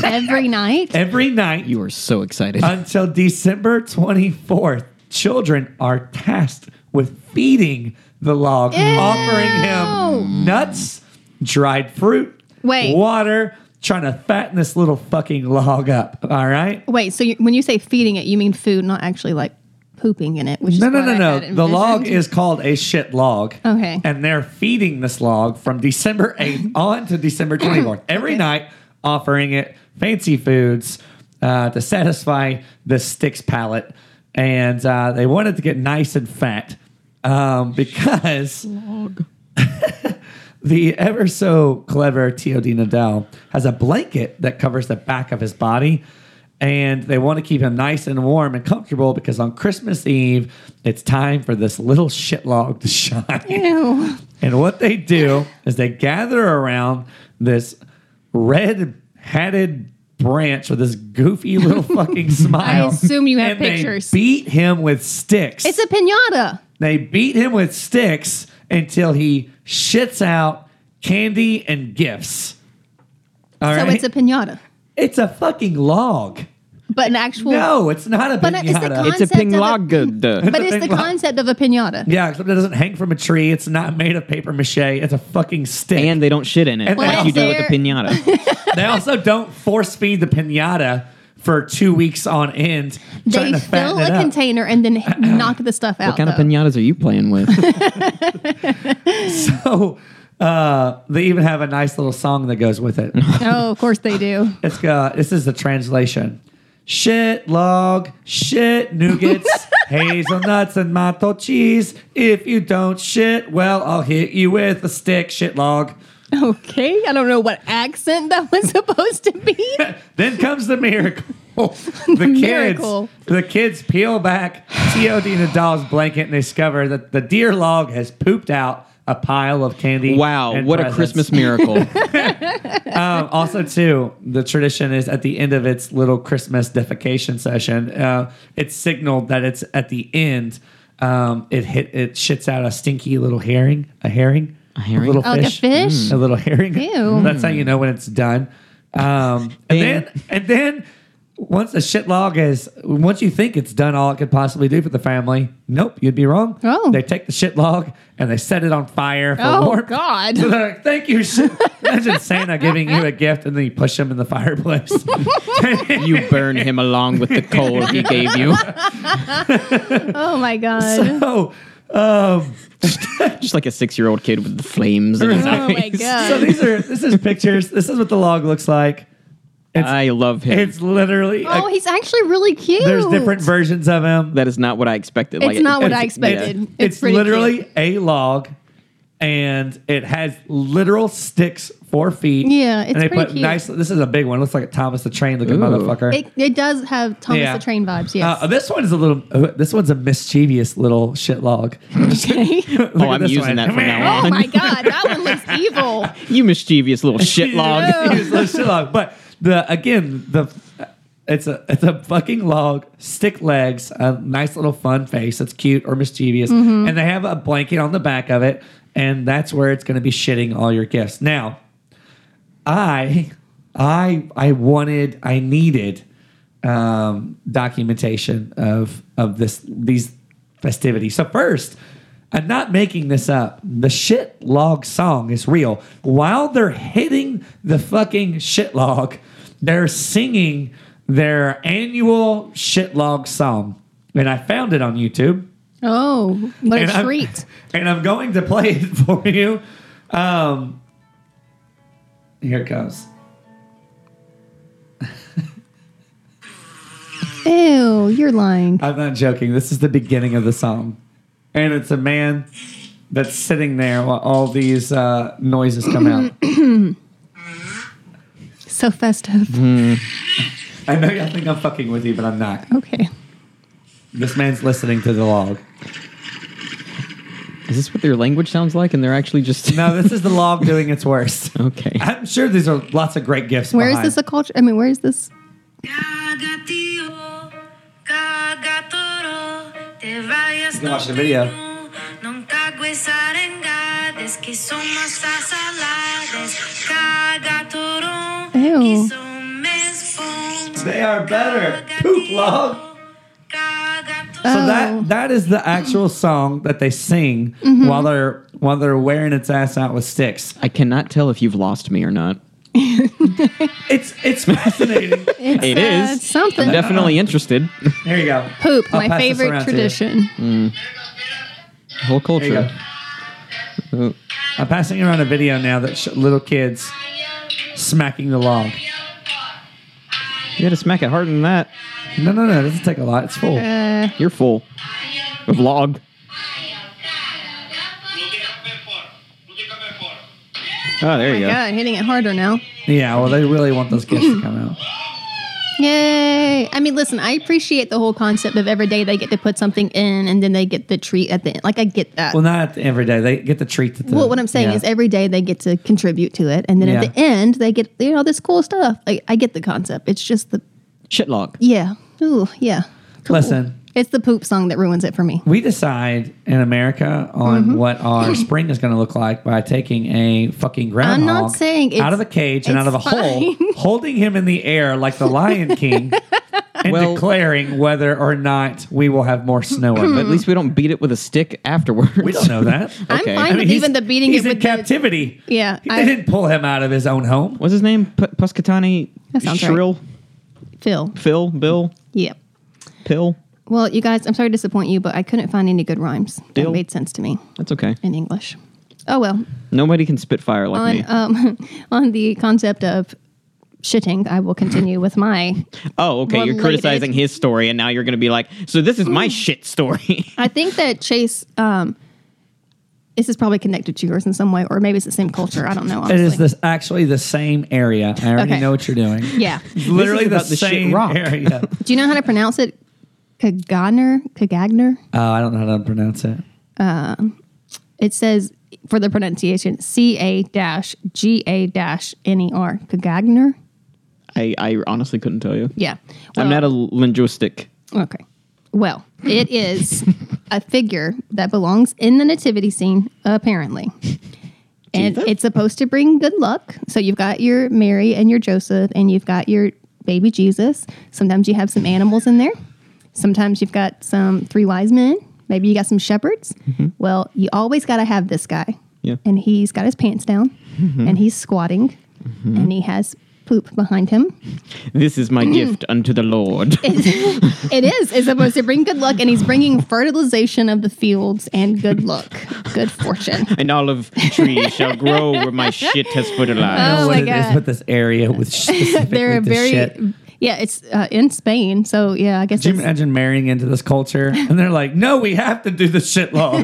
Speaker 3: Every night?
Speaker 1: Every night
Speaker 2: You are so excited.
Speaker 3: Uh,
Speaker 1: until December 24th, children are tasked with feeding the log, offering him nuts, dried fruit,
Speaker 3: Wait.
Speaker 1: water, trying to fatten this little fucking log up. All right.
Speaker 3: Wait, so you, when you say feeding it, you mean food, not actually like pooping in it, which is
Speaker 1: No, no,
Speaker 3: what
Speaker 1: no,
Speaker 3: I
Speaker 1: no.
Speaker 3: had
Speaker 1: The log
Speaker 3: envisioned.
Speaker 1: is called a shit log.
Speaker 3: Okay.
Speaker 1: And they're feeding this log from December 8th on to December 24th every night, offering it fancy foods uh, to satisfy the sticks palate. And uh, they wanted to get nice and fat. um, because the ever so clever TOD Nadal has a blanket that covers the back of his body. And they want to keep him nice and warm and comfortable because on Christmas Eve, it's time for this little shitlog to shine.
Speaker 3: Ew.
Speaker 1: And what they do is they gather around this red hatted branch with this goofy little fucking smile.
Speaker 3: assume you have
Speaker 1: and they
Speaker 3: pictures.
Speaker 1: beat him with sticks.
Speaker 3: It's a pinata.
Speaker 1: they beat him with sticks until he shits out candy and gifts. All
Speaker 3: so
Speaker 1: right,
Speaker 3: it's a pinata.
Speaker 1: it's a fucking log.
Speaker 3: But an actual.
Speaker 1: No, it's not a
Speaker 3: But
Speaker 1: pinata.
Speaker 3: it's the
Speaker 2: It's a
Speaker 3: Concept of a-
Speaker 2: pinglagda.
Speaker 3: But it's the concept of a pinata.
Speaker 1: yeah, except it doesn't hang from a tree. It's not made of paper mache. It's a fucking stick.
Speaker 2: and they don't shit in it
Speaker 1: And
Speaker 2: like
Speaker 1: they
Speaker 2: you do with a
Speaker 3: also-
Speaker 2: pinata.
Speaker 1: They also don't force feed the pinata for two weeks on end. trying
Speaker 3: They
Speaker 1: to fatten
Speaker 3: fill a
Speaker 1: it up.
Speaker 3: container and then knock the stuff out.
Speaker 2: what kind of
Speaker 3: though.
Speaker 2: pinatas are you playing with?
Speaker 1: So Oh, uh, they even have a nice little song that goes with it.
Speaker 3: Oh, of course they do.
Speaker 1: It's got this is the translation. Shit log, shit nougats, hazelnuts and matto cheese. If you don't shit, well, I'll hit you with a stick. Shit log.
Speaker 3: Okay, I don't know what accent that was supposed to be.
Speaker 1: then comes the miracle. the kids,
Speaker 3: miracle.
Speaker 1: the kids peel back Tod Nadal's blanket and discover that the deer log has pooped out a pile of candy.
Speaker 2: wow,
Speaker 1: and
Speaker 2: what a
Speaker 1: presents.
Speaker 2: Christmas miracle.
Speaker 1: Um, also, too, the tradition is at the end of its little Christmas defecation session, uh, it's signaled that it's at the end. Um, it hit it shits out a stinky little herring, a herring, a
Speaker 2: herring?
Speaker 1: little
Speaker 3: Oh, like a
Speaker 1: fish, Mm.
Speaker 3: fish?
Speaker 1: a little herring.
Speaker 3: Ew.
Speaker 1: That's how you know when it's done. Um, and then, and then, once the shit log is, once you think it's done all it could possibly do for the family, nope, you'd be wrong.
Speaker 3: Oh.
Speaker 1: They take the shit log and they set it on fire for
Speaker 3: Oh,
Speaker 1: warmth.
Speaker 3: God.
Speaker 1: So they're like, thank you. Sa-" Imagine Santa giving you a gift and then you push him in the fireplace.
Speaker 2: you burn him along with the coal he gave you.
Speaker 3: Oh my god.
Speaker 1: so, um,
Speaker 2: Just like a six year old kid with the flames in his
Speaker 3: Oh
Speaker 2: eyes.
Speaker 3: my god.
Speaker 1: so these are this is pictures. This is what the log looks like.
Speaker 2: I love him.
Speaker 1: It's literally a-
Speaker 3: oh, he's actually really cute.
Speaker 1: there's different versions of him.
Speaker 2: that is not what I expected.
Speaker 3: It's not what I
Speaker 2: it's- yeah.
Speaker 3: expected. It's,
Speaker 1: it's,
Speaker 3: pretty
Speaker 1: literally
Speaker 3: cute.
Speaker 1: a log and it has literal sticks four feet
Speaker 3: Yeah, it's
Speaker 1: and they
Speaker 3: pretty
Speaker 1: put
Speaker 3: cute.
Speaker 1: nice this is a big one looks like a thomas the train looking
Speaker 2: Ooh.
Speaker 1: motherfucker
Speaker 3: It, it does have Thomas
Speaker 1: Yeah.
Speaker 3: the Train vibes. Yes.
Speaker 1: uh, this one's a little uh, this one's a mischievous little shit log
Speaker 3: okay.
Speaker 1: Look
Speaker 2: Oh,
Speaker 1: at
Speaker 2: I'm
Speaker 1: this one.
Speaker 2: using that from now
Speaker 3: oh
Speaker 2: on.
Speaker 3: my god, that one looks evil.
Speaker 2: You mischievous little shit log.
Speaker 3: Yeah.
Speaker 1: It was a shit log. But the again the it's a it's a fucking log, stick legs, a nice little fun face that's cute or mischievous, and they have a blanket on the back of it, and that's where it's going to be shitting all your gifts. Now, I I I wanted I needed um, documentation of of this these festivities. So first, I'm not making this up. The shit log song is real. While they're hitting the fucking shit log, they're singing their annual shit log song, and I found it on YouTube.
Speaker 3: Oh, what
Speaker 1: And
Speaker 3: a
Speaker 1: I'm-
Speaker 3: treat.
Speaker 1: and I'm going to play it for you. Um, here it comes.
Speaker 3: Ew, you're lying.
Speaker 1: I'm not joking. This is the beginning of the song. And it's a man that's sitting there while all these uh, noises come out.
Speaker 3: So festive.
Speaker 1: Mm-hmm. I know y'all think I'm fucking with you, but I'm not.
Speaker 3: Okay.
Speaker 1: This man's listening to the log.
Speaker 2: Is this what their language sounds like? And they're actually just.
Speaker 1: No, this is the log doing its worst.
Speaker 2: Okay.
Speaker 1: I'm sure these are lots of great gifts.
Speaker 3: Where is
Speaker 1: behind.
Speaker 3: this a culture? I mean, where is this?
Speaker 1: You
Speaker 4: You
Speaker 1: can watch the video.
Speaker 4: Nunca guisarengades que son más asaladas. Cagatorón
Speaker 3: Ew.
Speaker 4: que son mespons.
Speaker 1: They are better. Poop log.
Speaker 4: Cagatorón.
Speaker 1: So
Speaker 3: Oh.
Speaker 1: that that is the actual song that they sing
Speaker 3: Mm-hmm.
Speaker 1: while they're while they're wearing its ass out with sticks.
Speaker 2: I cannot tell if you've lost me or not.
Speaker 1: It's it's fascinating.
Speaker 3: It's,
Speaker 2: It
Speaker 3: uh,
Speaker 2: is.
Speaker 3: it's something.
Speaker 2: I'm definitely interested.
Speaker 1: Here you go.
Speaker 3: Poop,
Speaker 1: I'll
Speaker 3: my
Speaker 1: pass this
Speaker 3: favorite
Speaker 1: around to you. Mm.
Speaker 3: tradition.
Speaker 2: Whole
Speaker 1: There you
Speaker 2: culture.
Speaker 1: go. I'm passing around a video now that sh- little kids smacking the log.
Speaker 2: You gotta smack it harder than that.
Speaker 1: No, no, no. It doesn't take a lot. It's full.
Speaker 3: Uh,
Speaker 2: You're full of log. Oh, there
Speaker 3: my
Speaker 2: you go.
Speaker 3: God, hitting it harder now.
Speaker 1: Yeah, well, they really want those gifts to come out.
Speaker 3: Yay! I mean, listen, I appreciate the whole concept of every day they get to put something in and then they get the treat at the end. Like, I get that.
Speaker 1: Well, not at the- every day. They get the treat. That the,
Speaker 3: Well, what I'm saying
Speaker 1: yeah.
Speaker 3: is every day they get to contribute to it, and then
Speaker 1: Yeah.
Speaker 3: at the end they get you know this cool stuff. I, I get the concept. It's just the
Speaker 2: Shitlog.
Speaker 3: yeah, ooh yeah. Cool.
Speaker 1: Listen.
Speaker 3: it's the poop song that ruins it for me.
Speaker 1: we decide in America on
Speaker 3: Mm-hmm.
Speaker 1: what our spring is going to look like by taking a fucking groundhog
Speaker 3: I'm not saying it's-
Speaker 1: out of a cage and
Speaker 3: it's
Speaker 1: out of a hole,
Speaker 3: fine.
Speaker 1: holding him in the air like the Lion King, and
Speaker 2: Well-
Speaker 1: declaring whether or not we will have more snow. or
Speaker 3: Mm.
Speaker 2: At
Speaker 1: not.
Speaker 2: least we don't beat it with a stick afterwards.
Speaker 1: we don't know that.
Speaker 2: Okay.
Speaker 3: I'm fine
Speaker 2: I
Speaker 3: with
Speaker 1: he's-
Speaker 3: even the beating
Speaker 1: He's
Speaker 3: it
Speaker 1: in
Speaker 3: with the-
Speaker 1: captivity.
Speaker 3: Yeah,
Speaker 1: they
Speaker 3: I-
Speaker 1: didn't pull him out of his own home.
Speaker 2: What's his name? P- Puscatani?
Speaker 3: That sounds right.
Speaker 2: Shrill?
Speaker 3: Phil.
Speaker 2: Phil? Bill?
Speaker 3: Yeah.
Speaker 2: Pill?
Speaker 3: Well, you guys, I'm sorry to disappoint you, but I couldn't find any good rhymes
Speaker 2: Deal.
Speaker 3: that made sense to me
Speaker 2: That's okay.
Speaker 3: in English. Oh well.
Speaker 2: Nobody can spit fire like me.
Speaker 3: On um, on the concept of shitting, I will continue with my
Speaker 2: oh, okay. You're
Speaker 3: related-
Speaker 2: criticizing his story, and now you're going to be like, so this is
Speaker 3: Mm.
Speaker 2: my shit story.
Speaker 3: I think that Chase, um, this is probably connected to yours in some way, or maybe it's the same culture. I don't know.
Speaker 1: It
Speaker 3: Honestly.
Speaker 1: is this actually the same area. I already
Speaker 3: Okay.
Speaker 1: know what you're doing.
Speaker 3: Yeah.
Speaker 1: Literally the,
Speaker 2: about the shit
Speaker 1: same
Speaker 2: rock.
Speaker 1: area.
Speaker 3: Do you know how to pronounce it? Kagagner? Kagagner?
Speaker 1: Oh, I don't know how to pronounce it.
Speaker 3: It says for the pronunciation C A dash G A dash N E R. Kagagner?
Speaker 2: I, I honestly couldn't tell you.
Speaker 3: Yeah.
Speaker 2: I'm not a linguistic.
Speaker 3: Okay. Well, it is a figure that belongs in the nativity scene, apparently. And
Speaker 2: Jesus?
Speaker 3: it's supposed to bring good luck. So you've got your Mary and your Joseph, and you've got your baby Jesus. Sometimes you have some animals in there. Sometimes you've got some three wise men. Maybe you got some shepherds. Well, you always got to have this guy.
Speaker 2: Mm-hmm. Yeah. Mm-hmm.
Speaker 3: And he's got his pants down, and he's squatting, and he has poop behind him.
Speaker 2: This is my gift unto the Lord.
Speaker 3: Mm. It is. It's supposed to bring good luck, and he's bringing fertilization of the fields and good luck, good fortune.
Speaker 2: An olive tree shall grow where my shit has fertilized.
Speaker 3: Oh
Speaker 1: what
Speaker 3: my
Speaker 1: it is
Speaker 3: God.
Speaker 1: with this area with specifically
Speaker 3: They're
Speaker 1: They're
Speaker 3: a very,
Speaker 1: shit.
Speaker 3: yeah. It's uh, in Spain, so yeah. I guess
Speaker 1: Can you
Speaker 3: it's,
Speaker 1: imagine marrying into this culture? And they're like, no, we have to do the shit law.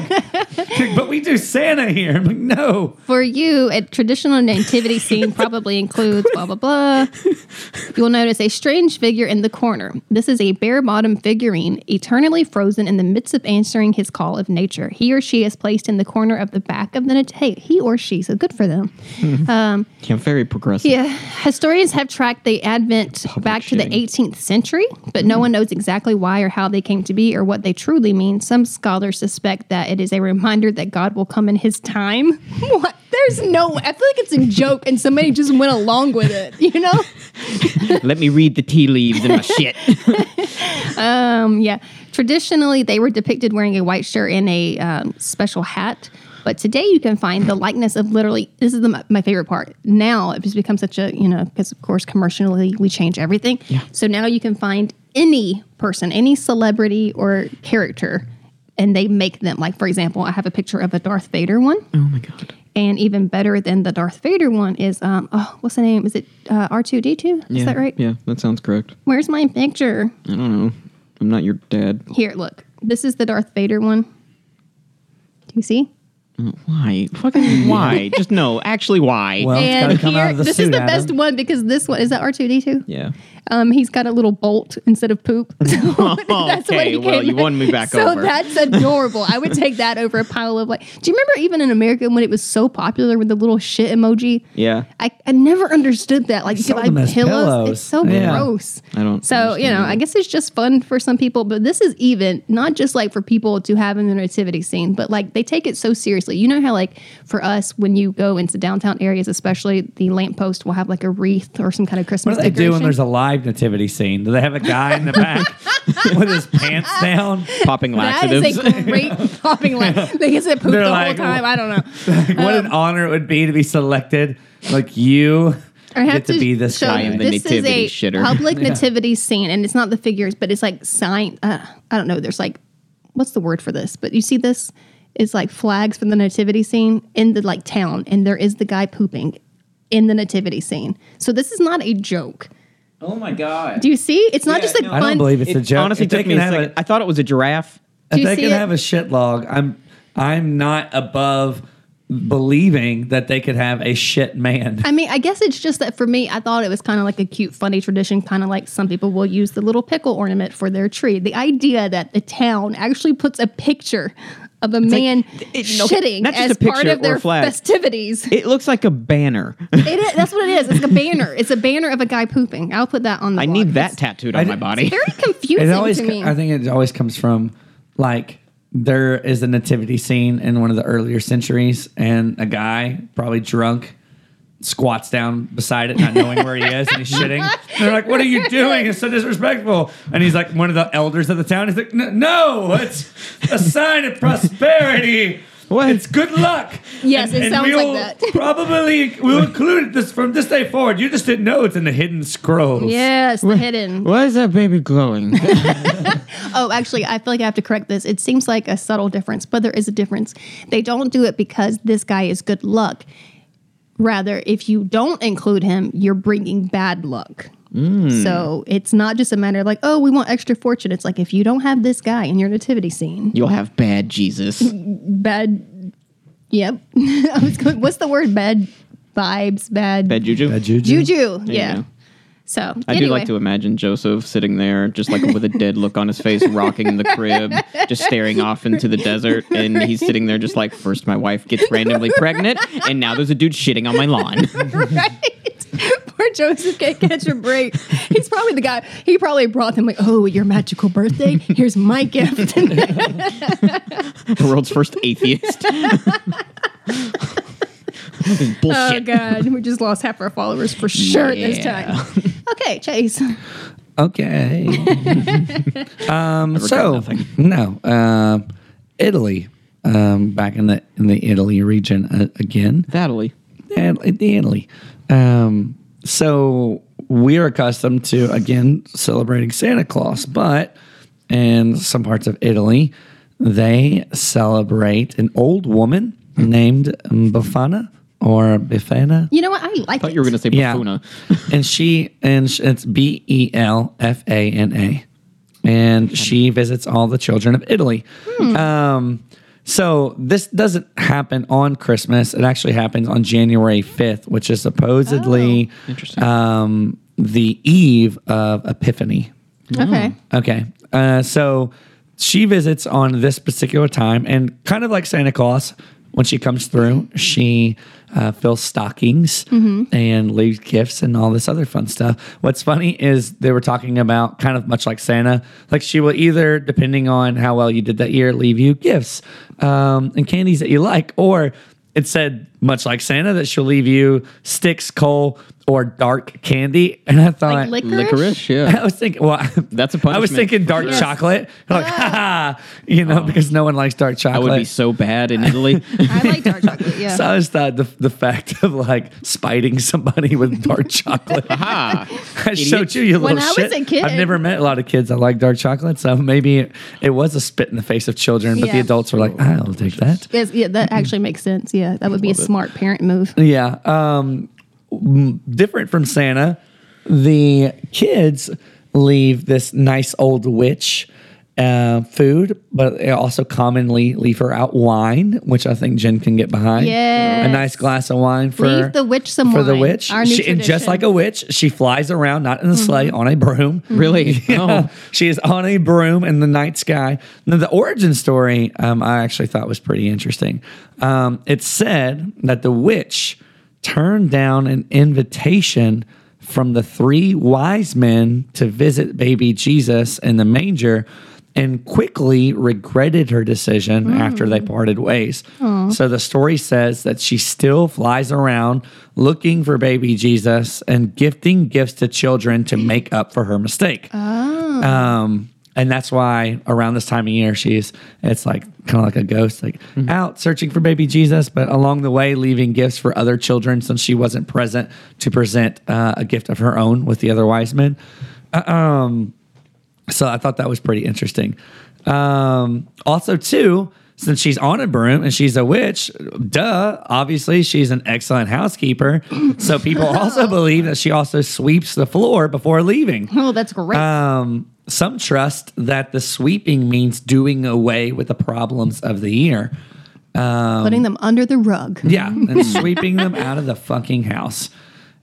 Speaker 1: but we do Santa here. I'm like, no.
Speaker 3: for you, a traditional nativity scene probably includes blah blah blah. You'll notice a strange figure in the corner. This is a bare bottom figurine, eternally frozen in the midst of answering his call of nature. He or she is placed in the corner of the back of the nat- hey, he or she. So good for them. Oh.
Speaker 2: Yeah, I'm very progressive.
Speaker 3: Yeah, historians have tracked the advent back to the
Speaker 2: shitting.
Speaker 3: 18th century, but no one knows exactly why or how they came to be or what they truly mean. Some scholars suspect that it is a reminder that God will come in his time. What? There's no I feel like it's a joke and somebody just went along with it, you know?
Speaker 2: Let me read the tea leaves in my shit.
Speaker 3: Um, yeah. Traditionally, they were depicted wearing a white shirt and a um, special hat. But today, you can find the likeness of literally. This is the, my- my favorite part. Now it's become such a you know because of course commercially we change everything. So now you can find any person, any celebrity or character, and they make them. Like for example, I have a picture of a Darth Vader one.
Speaker 2: Oh my god.
Speaker 3: And even better than the Darth Vader one is um oh what's the name is it uh, R two D two is
Speaker 2: yeah,
Speaker 3: that right
Speaker 2: Yeah, that sounds correct.
Speaker 3: where's my picture
Speaker 2: I don't know. I'm not your dad.
Speaker 3: Here, look. This is the Darth Vader one. Do you see?
Speaker 2: Why? Fucking why? Just no. Actually, why?
Speaker 1: Well, it's got to come out of the
Speaker 3: this
Speaker 1: suit,
Speaker 3: is the
Speaker 1: Adam.
Speaker 3: best one because this one is that R two D two.
Speaker 2: yeah.
Speaker 3: Um, he's got a little bolt instead of poop. So that's what
Speaker 2: Okay,
Speaker 3: he
Speaker 2: well,
Speaker 3: came
Speaker 2: you won me back
Speaker 3: so
Speaker 2: over.
Speaker 3: that's adorable. I would take that over a pile of like. Do you remember even in America when it was so popular with the little shit emoji?
Speaker 2: Yeah.
Speaker 3: I, I never understood that. Like you could
Speaker 1: sold
Speaker 3: buy
Speaker 1: them as
Speaker 3: pillows.
Speaker 1: pillows.
Speaker 3: It's so
Speaker 1: Yeah.
Speaker 3: gross.
Speaker 2: I don't
Speaker 3: So you
Speaker 2: understand
Speaker 3: know, I guess it's just fun for some people, but this is even not just like for people to have in the nativity scene, but like they take it so seriously. You know how like for us when you go into downtown areas, especially the lamppost will have like a wreath or some kind of
Speaker 1: What
Speaker 3: Christmas
Speaker 1: do they do
Speaker 3: decoration.
Speaker 1: when there's a live nativity scene? Do they have a guy in the back with his pants down?
Speaker 2: Popping
Speaker 3: that
Speaker 2: laxatives.
Speaker 3: is a great popping line. They get pooped
Speaker 1: They're
Speaker 3: the
Speaker 1: like,
Speaker 3: whole time. I don't know.
Speaker 1: Like, what
Speaker 3: Um,
Speaker 1: an honor it would be to be selected. Like, you
Speaker 3: I have
Speaker 1: get to, be this
Speaker 3: show
Speaker 1: guy.
Speaker 3: you.
Speaker 2: in the
Speaker 1: This-
Speaker 3: this
Speaker 2: nativity
Speaker 3: is a
Speaker 2: shitter.
Speaker 3: public nativity scene, and it's not the figures, but it's like sign. Uh, I don't know. There's like, what's the word for this? But you see this is like flags from the nativity scene in the like town, and there is the guy pooping in the nativity scene. So this is not a joke.
Speaker 2: oh my god.
Speaker 3: Do you see? It's not
Speaker 2: Yeah,
Speaker 3: just a
Speaker 2: no, I
Speaker 1: I
Speaker 3: fun.
Speaker 1: don't believe it's a joke.
Speaker 2: Honestly,
Speaker 1: If they
Speaker 2: took me
Speaker 1: can
Speaker 2: a
Speaker 1: have
Speaker 2: second. I thought it was a giraffe.
Speaker 3: Do
Speaker 1: If
Speaker 3: you
Speaker 1: they
Speaker 3: see
Speaker 1: can
Speaker 3: it?
Speaker 1: have a shit log, I'm I'm not above believing that they could have a shit man.
Speaker 3: I mean, I guess it's just that for me, I thought it was kind of like a cute, funny tradition, kind of like some people will use the little pickle ornament for their tree. The idea that the town actually puts a picture of a man
Speaker 2: it- no,
Speaker 3: shitting
Speaker 2: not just a
Speaker 3: as
Speaker 2: picture
Speaker 3: part of
Speaker 2: or
Speaker 3: their
Speaker 2: a flag.
Speaker 3: festivities.
Speaker 2: It looks like a banner.
Speaker 3: It is, that's what it is. It's a banner. It's a banner of a guy pooping. I'll put that on the
Speaker 2: I
Speaker 3: blog.
Speaker 2: need that
Speaker 3: It's
Speaker 2: tattooed on my
Speaker 1: did-
Speaker 2: body.
Speaker 3: very confusing
Speaker 1: It always,
Speaker 3: to
Speaker 1: co-
Speaker 3: me.
Speaker 1: I think it always comes from like there is a nativity scene in one of the earlier centuries, and a guy probably drunk squats down beside it, not knowing where he is, and he's shitting. And they're like, "What are you doing? It's so disrespectful!" And he's like, one of the elders of the town. He's like, "N- "No, it's a sign of prosperity."
Speaker 2: What?
Speaker 1: It's good luck.
Speaker 3: Yes, it sounds like
Speaker 1: we'll
Speaker 3: that.
Speaker 1: probably we'll include this from this day forward. You just didn't know it's in the hidden scrolls.
Speaker 3: Yes, the hidden.
Speaker 2: Why is that baby glowing?
Speaker 3: Oh, actually, I feel like I have to correct this. It seems like a subtle difference, but there is a difference. They don't do it because this guy is good luck. Rather, if you don't include him, you're bringing bad luck.
Speaker 2: Mm.
Speaker 3: So it's not just a matter of like, oh, we want extra fortune. It's like if you don't have this guy in your nativity scene,
Speaker 2: You'll have bad Jesus.
Speaker 3: bad. Yep. I was going, what's the word? Bad vibes, bad,
Speaker 2: Bad Uh, juju.
Speaker 3: juju.
Speaker 2: you
Speaker 3: Yeah.
Speaker 2: go.
Speaker 3: So
Speaker 2: I do
Speaker 3: anyway.
Speaker 2: like to imagine Joseph sitting there, just like with a dead look on his face, rocking in the crib, just staring off into the desert. And he's sitting there, just like, first my wife gets randomly pregnant, and now there's a dude shitting on my lawn.
Speaker 3: right. Poor Joseph can't catch a break. He's probably the guy. He probably brought them like, oh, your magical birthday. Here's my gift.
Speaker 2: the world's first atheist.
Speaker 3: oh
Speaker 2: Bullshit.
Speaker 3: God, we just lost half our followers for sure this
Speaker 2: Yeah.
Speaker 3: time. Okay, Chase.
Speaker 1: Okay. um, so
Speaker 2: nothing.
Speaker 1: no, um, Italy. Um, back in the in the Italy region uh, again.
Speaker 2: That'll
Speaker 1: And the Italy. Um, so we're accustomed to again celebrating Santa Claus, but in some parts of Italy, they celebrate an old woman named Befana or Befana.
Speaker 3: You know what? I like
Speaker 2: thought
Speaker 3: it.
Speaker 2: you were going to say
Speaker 1: Yeah.
Speaker 2: Bafuna.
Speaker 1: and she and sh it's B E L F A N A, and she visits all the children of Italy. Um, so this doesn't happen on Christmas. It actually happens on January fifth, which is supposedly
Speaker 2: Interesting.
Speaker 1: um, the eve of Epiphany.
Speaker 3: okay.
Speaker 2: Mm.
Speaker 1: Okay. Uh, so she visits on this particular time, and kind of like Santa Claus, when she comes through, she uh, fills stockings and leaves gifts and all this other fun stuff. What's funny is they were talking about kind of much like Santa, like she will either, depending on how well you did that year, leave you gifts um, and candies that you like, or it said much like Santa that she'll leave you sticks, coal, or dark candy. And I thought,
Speaker 3: Like licorice.
Speaker 2: Licorice,
Speaker 1: I
Speaker 2: yeah.
Speaker 1: was thinking, well,
Speaker 2: That's a
Speaker 1: I was
Speaker 2: punishment.
Speaker 1: thinking dark
Speaker 3: Yes.
Speaker 1: chocolate, like, ha you know, because no one likes dark
Speaker 2: Oh. I
Speaker 1: chocolate.
Speaker 2: would be so bad in Italy.
Speaker 3: I like dark chocolate. Yeah.
Speaker 1: so I just thought the, the fact of like spiting somebody with dark chocolate.
Speaker 2: ha!
Speaker 1: I showed you, you
Speaker 3: When
Speaker 1: little
Speaker 3: I was
Speaker 1: shit.
Speaker 3: a kid-
Speaker 1: I've never met a lot of kids that like dark chocolate, so maybe it, it was a spit in the face of children, but the
Speaker 3: Yeah.
Speaker 1: adults were like, "I'll take that."
Speaker 3: Yes, yeah, that actually makes sense. Yeah, that would be a smart parent move.
Speaker 1: Yeah. Um, m- different from Santa, the kids leave this nice old witch uh, food, but they also commonly leave her out wine, which I think Jen can get behind.
Speaker 3: Yes.
Speaker 1: A nice glass of wine for
Speaker 3: Leave the witch some
Speaker 1: for the
Speaker 3: wine,
Speaker 1: witch.
Speaker 3: our new
Speaker 1: She- and just
Speaker 3: tradition. Mm-hmm.
Speaker 1: like a witch, she flies around, not in a sleigh, on a broom.
Speaker 2: Really? Oh.
Speaker 1: She is on a broom in the night sky. Now, the origin story um, I actually thought was pretty interesting. Um, it said that the witch turned down an invitation from the three wise men to visit baby Jesus in the manger and quickly regretted her decision after they parted ways. So the story says that she still flies around looking for baby Jesus and gifting gifts to children to make up for her mistake. Um, and that's why around this time of year, she's it's like kind of like a ghost, like out searching for baby Jesus, but along the way, leaving gifts for other children since she wasn't present to present uh, a gift of her own with the other wise men. So I thought that was pretty interesting. Um, also, too, since she's on a broom and she's a witch, duh, obviously she's an excellent housekeeper. So people also believe that she also sweeps the floor before leaving.
Speaker 3: Oh, that's great.
Speaker 1: Um, some trust that the sweeping means doing away with the problems of the year. Um,
Speaker 3: putting them under the rug.
Speaker 1: yeah, and sweeping them out of the fucking house.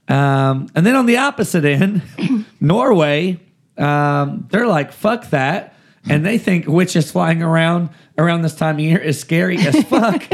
Speaker 1: Um, and then on the opposite end, Norway, um, they're like, fuck that. And they think witches flying around around this time of year is scary as fuck.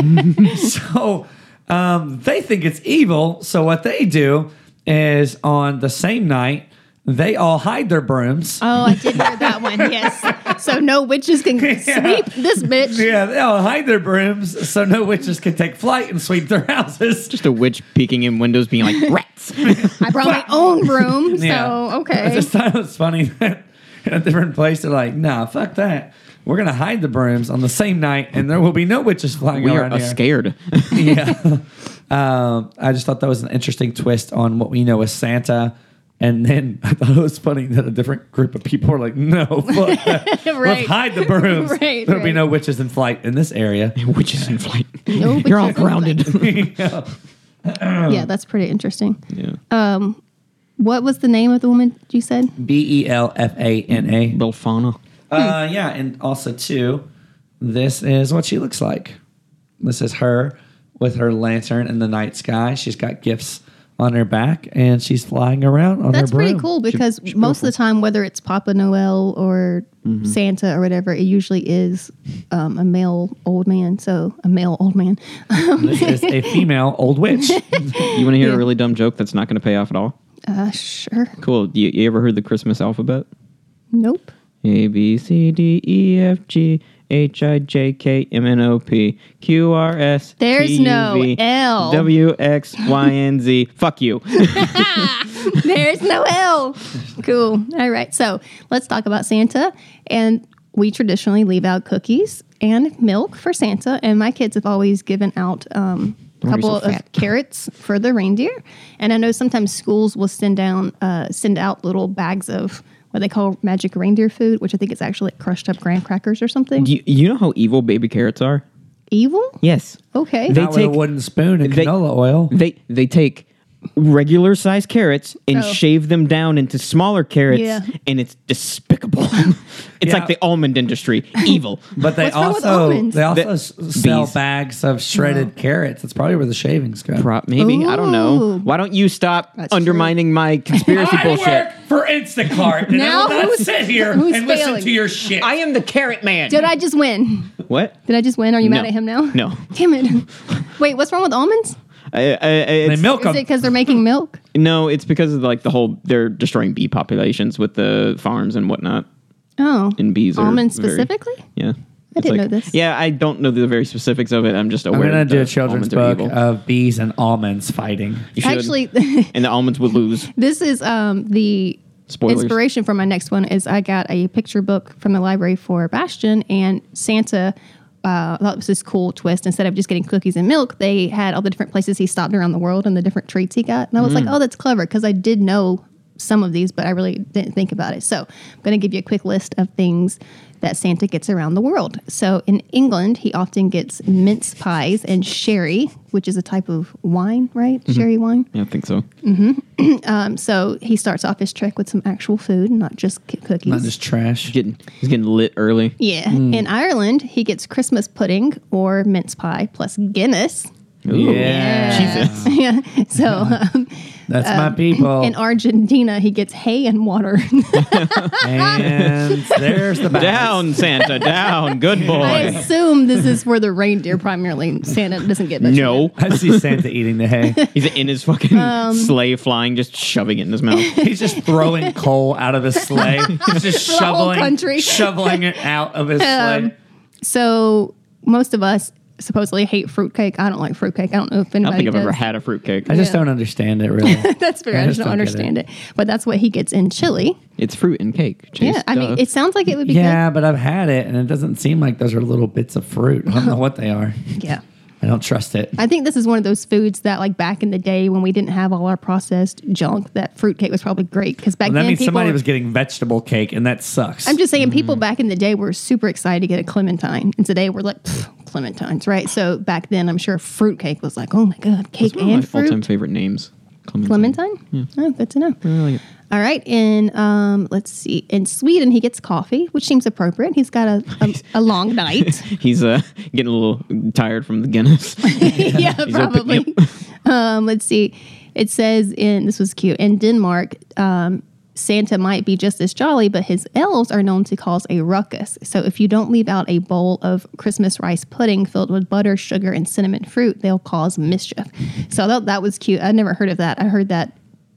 Speaker 1: so um, they think it's evil. So what they do is on the same night, they all hide their brooms.
Speaker 3: Oh, I did hear that one. Yes. So no witches can sweep this bitch.
Speaker 1: yeah, oh, they all hide their brooms so no witches can take flight and sweep their houses.
Speaker 2: Just a witch peeking in windows, being like rats.
Speaker 3: I brought my own room.
Speaker 1: Yeah.
Speaker 3: So okay.
Speaker 1: I just thought it was funny that in a different place they're like, nah, fuck that. We're gonna hide the brooms on the same night, and there will be no witches flying
Speaker 2: we
Speaker 1: around
Speaker 2: are
Speaker 1: here.
Speaker 2: scared.
Speaker 1: Yeah. um, I just thought that was an interesting twist on what we know as Santa. And then I thought it was funny that a different group of people were like, no, fuck that.
Speaker 3: Right.
Speaker 1: Let's hide the brooms.
Speaker 3: Right,
Speaker 1: There'll be
Speaker 3: right.
Speaker 1: no witches in flight in this area.
Speaker 2: Witches in flight.
Speaker 3: No witches
Speaker 2: You're all
Speaker 3: in flight.
Speaker 2: grounded.
Speaker 3: yeah, that's pretty interesting. Um,
Speaker 2: yeah.
Speaker 3: What was the name of the woman you said?
Speaker 1: B E L F A N A.
Speaker 2: Little fauna.
Speaker 3: Hmm.
Speaker 1: Uh, yeah, and also too, this is what she looks like. This is her with her lantern in the night sky. She's got gifts on her back, and she's flying around on
Speaker 3: That's
Speaker 1: her broom.
Speaker 3: pretty cool because most of the time, whether it's Papa Noel or Santa or whatever, it usually is um, a male old man. So a male old man.
Speaker 1: This is a female old witch.
Speaker 2: You want to hear a really dumb joke that's not going to pay off at all?
Speaker 3: Uh, sure.
Speaker 2: Cool. You, you ever heard the Christmas alphabet?
Speaker 3: Nope.
Speaker 2: A B C D E F G H I J K M N O P Q R S T,
Speaker 3: There's
Speaker 2: U,
Speaker 3: no
Speaker 2: V,
Speaker 3: L.
Speaker 2: W X Y N Z. Fuck you.
Speaker 3: There's no L. Cool. All right. So let's talk about Santa. And we traditionally leave out cookies and milk for Santa. And my kids have always given out um, a
Speaker 2: Don't be so
Speaker 3: couple of
Speaker 2: fat.
Speaker 3: carrots for the reindeer. And I know sometimes schools will send down, uh, send out little bags of what they call magic reindeer food, which I think it's actually like crushed up graham crackers or something.
Speaker 2: you, you know how evil baby carrots are?
Speaker 3: Evil?
Speaker 2: Yes.
Speaker 3: Okay.
Speaker 2: They
Speaker 1: Not with a
Speaker 2: take-
Speaker 1: wooden spoon and
Speaker 2: they-
Speaker 1: canola oil.
Speaker 2: They they take regular sized carrots and
Speaker 3: Oh.
Speaker 2: shave them down into smaller carrots
Speaker 3: Yeah.
Speaker 2: and it's despicable. it's
Speaker 1: Yeah.
Speaker 2: like the almond industry. Evil.
Speaker 1: But they
Speaker 3: What's wrong with
Speaker 1: also
Speaker 3: almonds? Oh.
Speaker 1: they also
Speaker 2: The-
Speaker 1: s- sell
Speaker 2: bees.
Speaker 1: bags of shredded carrots. That's probably where the shavings go.
Speaker 2: Prop maybe. I don't know.
Speaker 3: Ooh.
Speaker 2: Why don't you stop
Speaker 3: That's
Speaker 2: undermining my conspiracy bullshit?
Speaker 1: for Instacart, and
Speaker 3: Now who's- who's failing?
Speaker 1: your shit.
Speaker 2: I am the carrot man.
Speaker 3: Did I just win?
Speaker 2: what?
Speaker 3: Did I just win? Are you mad
Speaker 2: No.
Speaker 3: at him now?
Speaker 2: No.
Speaker 3: Damn it. Wait, what's wrong with almonds?
Speaker 2: I, I, I,
Speaker 1: they
Speaker 2: it's,
Speaker 1: milk
Speaker 3: Is it
Speaker 1: 'em.
Speaker 3: because they're making milk?
Speaker 2: no, it's because of like the whole they're destroying bee populations with the farms and whatnot.
Speaker 3: Oh.
Speaker 2: And bees are
Speaker 3: almonds
Speaker 2: very-
Speaker 3: specifically?
Speaker 2: Yeah, I
Speaker 3: didn't know this.
Speaker 2: Yeah, I don't know the very specifics of it. I'm just
Speaker 1: I'm
Speaker 2: aware.
Speaker 1: gonna
Speaker 2: that
Speaker 1: do
Speaker 2: the
Speaker 1: a children's
Speaker 2: almonds are
Speaker 1: book uh,
Speaker 2: evil.
Speaker 1: of bees and almonds fighting.
Speaker 2: You should.
Speaker 3: Actually,
Speaker 2: and the almonds would lose.
Speaker 3: this is um, the
Speaker 2: Spoilers.
Speaker 3: inspiration for my next one is I got a picture book from the library for Bastion and Santa. Uh, I thought it was this cool twist. Instead of just getting cookies and milk, they had all the different places he stopped around the world and the different treats he got. And I was like, oh, that's clever because I did know some of these, but I really didn't think about it. So I'm going to give you a quick list of things that Santa gets around the world. So in England, he often gets mince pies and sherry, which is a type of wine, right? Sherry wine.
Speaker 2: Yeah, I think so.
Speaker 3: So he starts off his trek with some actual food, not just c- cookies.
Speaker 1: Not just trash.
Speaker 2: Getting he's getting lit early.
Speaker 3: yeah. In Ireland, he gets Christmas pudding or mince pie plus Guinness.
Speaker 2: Ooh.
Speaker 1: Jesus.
Speaker 3: yeah. So um,
Speaker 1: That's my people.
Speaker 3: in Argentina, he gets hay and water.
Speaker 1: and there's the balance.
Speaker 2: Down, Santa, down. Good
Speaker 3: I
Speaker 2: boy.
Speaker 3: assume this is for the reindeer primarily. Santa doesn't get much.
Speaker 2: No,
Speaker 1: I see Santa eating the hay.
Speaker 2: he's in his fucking
Speaker 3: Um,
Speaker 2: sleigh, flying, just shoving it in his mouth.
Speaker 1: He's just throwing coal out of his sleigh. He's just
Speaker 3: the whole
Speaker 1: shoveling,
Speaker 3: country.
Speaker 1: shoveling it out of his
Speaker 3: Um,
Speaker 1: sleigh.
Speaker 3: So most of us supposedly hate fruitcake. I don't like fruitcake. I don't know if anybody
Speaker 2: I don't think I've
Speaker 3: does.
Speaker 2: ever had a fruitcake.
Speaker 1: I just
Speaker 3: yeah.
Speaker 1: don't understand it really.
Speaker 3: That's fair.
Speaker 1: I
Speaker 3: I
Speaker 1: just
Speaker 3: just
Speaker 1: don't
Speaker 3: don't
Speaker 1: get
Speaker 3: understand it. But that's what he gets in Chile.
Speaker 2: It's fruit and cake. Chase,
Speaker 3: yeah. I
Speaker 2: duh.
Speaker 3: mean, it sounds like it would be good.
Speaker 1: yeah, but I've had it, and it doesn't seem like those are little bits of fruit. I don't know what they are.
Speaker 3: Yeah.
Speaker 1: I don't trust it.
Speaker 3: I think this is one of those foods that, like back in the day when we didn't have all our processed junk, that fruitcake was probably great because back
Speaker 1: And that
Speaker 3: then
Speaker 1: means
Speaker 3: people.
Speaker 1: somebody
Speaker 3: were-
Speaker 1: was Mm-hmm. getting vegetable cake, and that sucks.
Speaker 3: I'm just saying, people back in the day were super excited to get a clementine, and today we're like "Pfft, clementines, right? So back then, I'm sure fruitcake was like, oh my god,
Speaker 2: It's
Speaker 3: cake
Speaker 2: one of
Speaker 3: and
Speaker 2: my all-time
Speaker 3: fruit.
Speaker 2: favorite names. Clementine.
Speaker 3: Clementine? Oh, good to know.
Speaker 2: I like it.
Speaker 3: All right, in um, let's see, in Sweden he gets coffee, which seems appropriate. He's got a a, a long night.
Speaker 2: He's uh, getting a little tired from the Guinness.
Speaker 3: yeah, probably. Um, let's see. It says in this was cute in Denmark. Um, Santa might be just as jolly, but his elves are known to cause a ruckus. So if you don't leave out a bowl of Christmas rice pudding filled with butter, sugar, and cinnamon fruit, they'll cause mischief. So I thought that was cute. I'd never heard of that. I heard that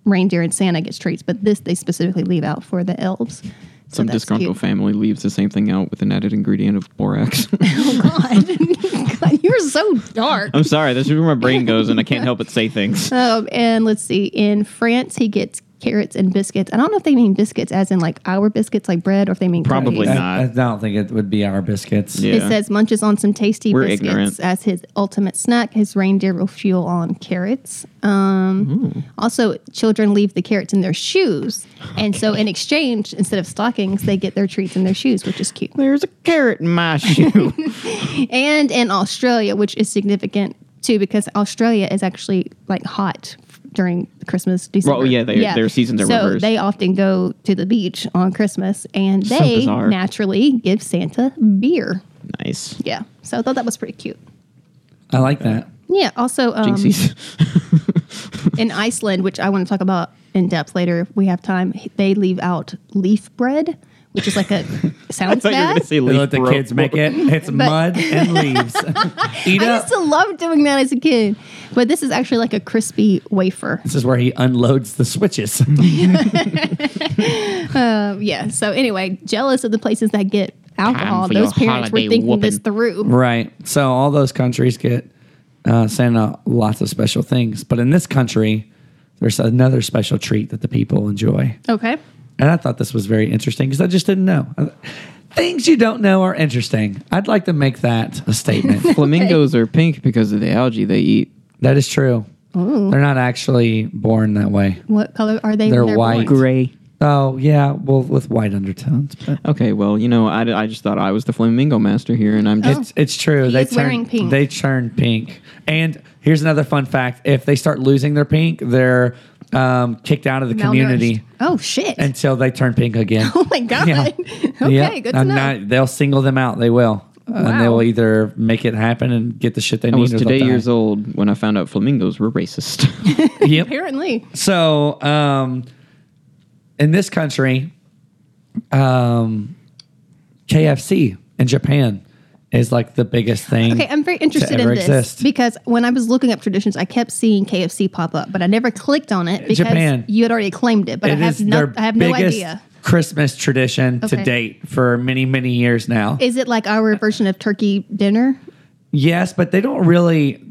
Speaker 3: reindeer and Santa gets treats, but this they specifically leave out for the elves. So
Speaker 2: Some
Speaker 3: that's
Speaker 2: disgruntled
Speaker 3: cute.
Speaker 2: family leaves the same thing out with an added ingredient of borax.
Speaker 3: God. God, you're so dark.
Speaker 2: I'm sorry, this is where my brain goes, and I can't help but say things.
Speaker 3: Um, and let's see. In France, he gets carrots and biscuits. I don't know if they mean biscuits as in like our biscuits, like bread, or if they mean
Speaker 2: Probably
Speaker 3: cookies.
Speaker 2: not.
Speaker 1: I, I don't think it would be our biscuits.
Speaker 2: Yeah.
Speaker 3: It says munches on some tasty
Speaker 2: We're
Speaker 3: biscuits
Speaker 2: ignorant.
Speaker 3: as his ultimate snack. His reindeer will fuel on carrots.
Speaker 2: Hmm.
Speaker 3: Um, Also, children leave the carrots in their shoes, and so in exchange, instead of stockings, they get their treats in their shoes, which is cute.
Speaker 2: There's a carrot in my shoe.
Speaker 3: And in Australia, which is significant too, because Australia is actually like hot during Christmas. December.
Speaker 2: Well, yeah, they- their seasons are
Speaker 3: so
Speaker 2: reversed.
Speaker 3: they often go to the beach on Christmas, and
Speaker 2: So
Speaker 3: they
Speaker 2: bizarre.
Speaker 3: naturally give Santa beer.
Speaker 2: nice.
Speaker 3: Yeah, so I thought that was pretty cute.
Speaker 1: I like that.
Speaker 3: Yeah. Also, um,
Speaker 2: Jinxies.
Speaker 3: in Iceland, which I want to talk about in depth later, if we have time. They leave out leaf bread, which is like a sounds
Speaker 2: thought you were
Speaker 3: bad.
Speaker 2: gonna say
Speaker 1: They
Speaker 2: leaf
Speaker 1: let the
Speaker 2: roll-
Speaker 1: kids make it. It's mud and leaves. Eat
Speaker 3: I
Speaker 1: up.
Speaker 3: used to love doing that as a kid, but this is actually like a crispy wafer.
Speaker 1: This is where he unloads the switches.
Speaker 3: Yeah. So anyway, jealous of the places that get alcohol.
Speaker 2: for
Speaker 3: Those
Speaker 2: your
Speaker 3: parents were
Speaker 2: holiday
Speaker 3: thinking
Speaker 2: whooping.
Speaker 3: this through.
Speaker 1: right. So all those countries get uh, Santa lots of special things, but in this country, there's another special treat that the people enjoy.
Speaker 3: Okay.
Speaker 1: And I thought this was very interesting because I just didn't know. I- Things you don't know are interesting. I'd like to make that a statement.
Speaker 2: Flamingos are pink because of the algae they eat.
Speaker 1: that is true. They're not actually born that way.
Speaker 3: What color are they? when
Speaker 1: They're white.
Speaker 3: born?
Speaker 2: Gray.
Speaker 1: Oh, yeah. Well, with white undertones. But
Speaker 2: Okay, well, you know, I, I just thought I was the flamingo master here, and I'm just.
Speaker 1: It's it's true.
Speaker 3: He
Speaker 1: they
Speaker 3: is
Speaker 1: turn
Speaker 3: Oh. wearing pink.
Speaker 1: they turn pink. And here's another fun fact: if they start losing their pink, they're um, kicked out of the community
Speaker 3: Malnourished. Oh shit.
Speaker 1: until they turn pink again.
Speaker 3: oh my god.
Speaker 1: Yeah.
Speaker 3: okay. Good to
Speaker 1: I'm
Speaker 3: know.
Speaker 1: not- they'll single them out. They will, and they
Speaker 3: Wow.
Speaker 1: will either make it happen and get the shit they
Speaker 2: I
Speaker 1: need.
Speaker 2: was
Speaker 1: or they'll
Speaker 2: today
Speaker 1: die.
Speaker 2: years old when I found out flamingos were racist.
Speaker 1: Yep.
Speaker 3: Apparently.
Speaker 1: So, um, in this country, um, KFC in Japan is like the biggest thing.
Speaker 3: Okay, I'm very interested in
Speaker 1: ever
Speaker 3: this
Speaker 1: exist.
Speaker 3: because when I was looking up traditions, I kept seeing KFC pop up, but I never clicked on it because
Speaker 1: Japan.
Speaker 3: you had already claimed it. But I
Speaker 1: It
Speaker 3: have
Speaker 1: is
Speaker 3: no,
Speaker 1: their
Speaker 3: I have no
Speaker 1: biggest
Speaker 3: idea.
Speaker 1: Christmas tradition
Speaker 3: Okay.
Speaker 1: to date for many, many years now.
Speaker 3: Is it like our version of turkey dinner?
Speaker 1: yes, but they don't really.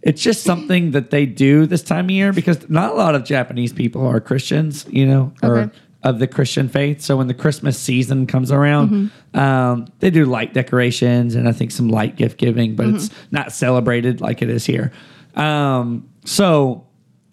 Speaker 1: It's just something that they do this time of year because not a lot of Japanese people are Christians, you know, or
Speaker 3: Okay.
Speaker 1: of the Christian faith. So when the Christmas season comes around, um, they do light decorations and I think some light gift giving, but it's not celebrated like it is here. Um, so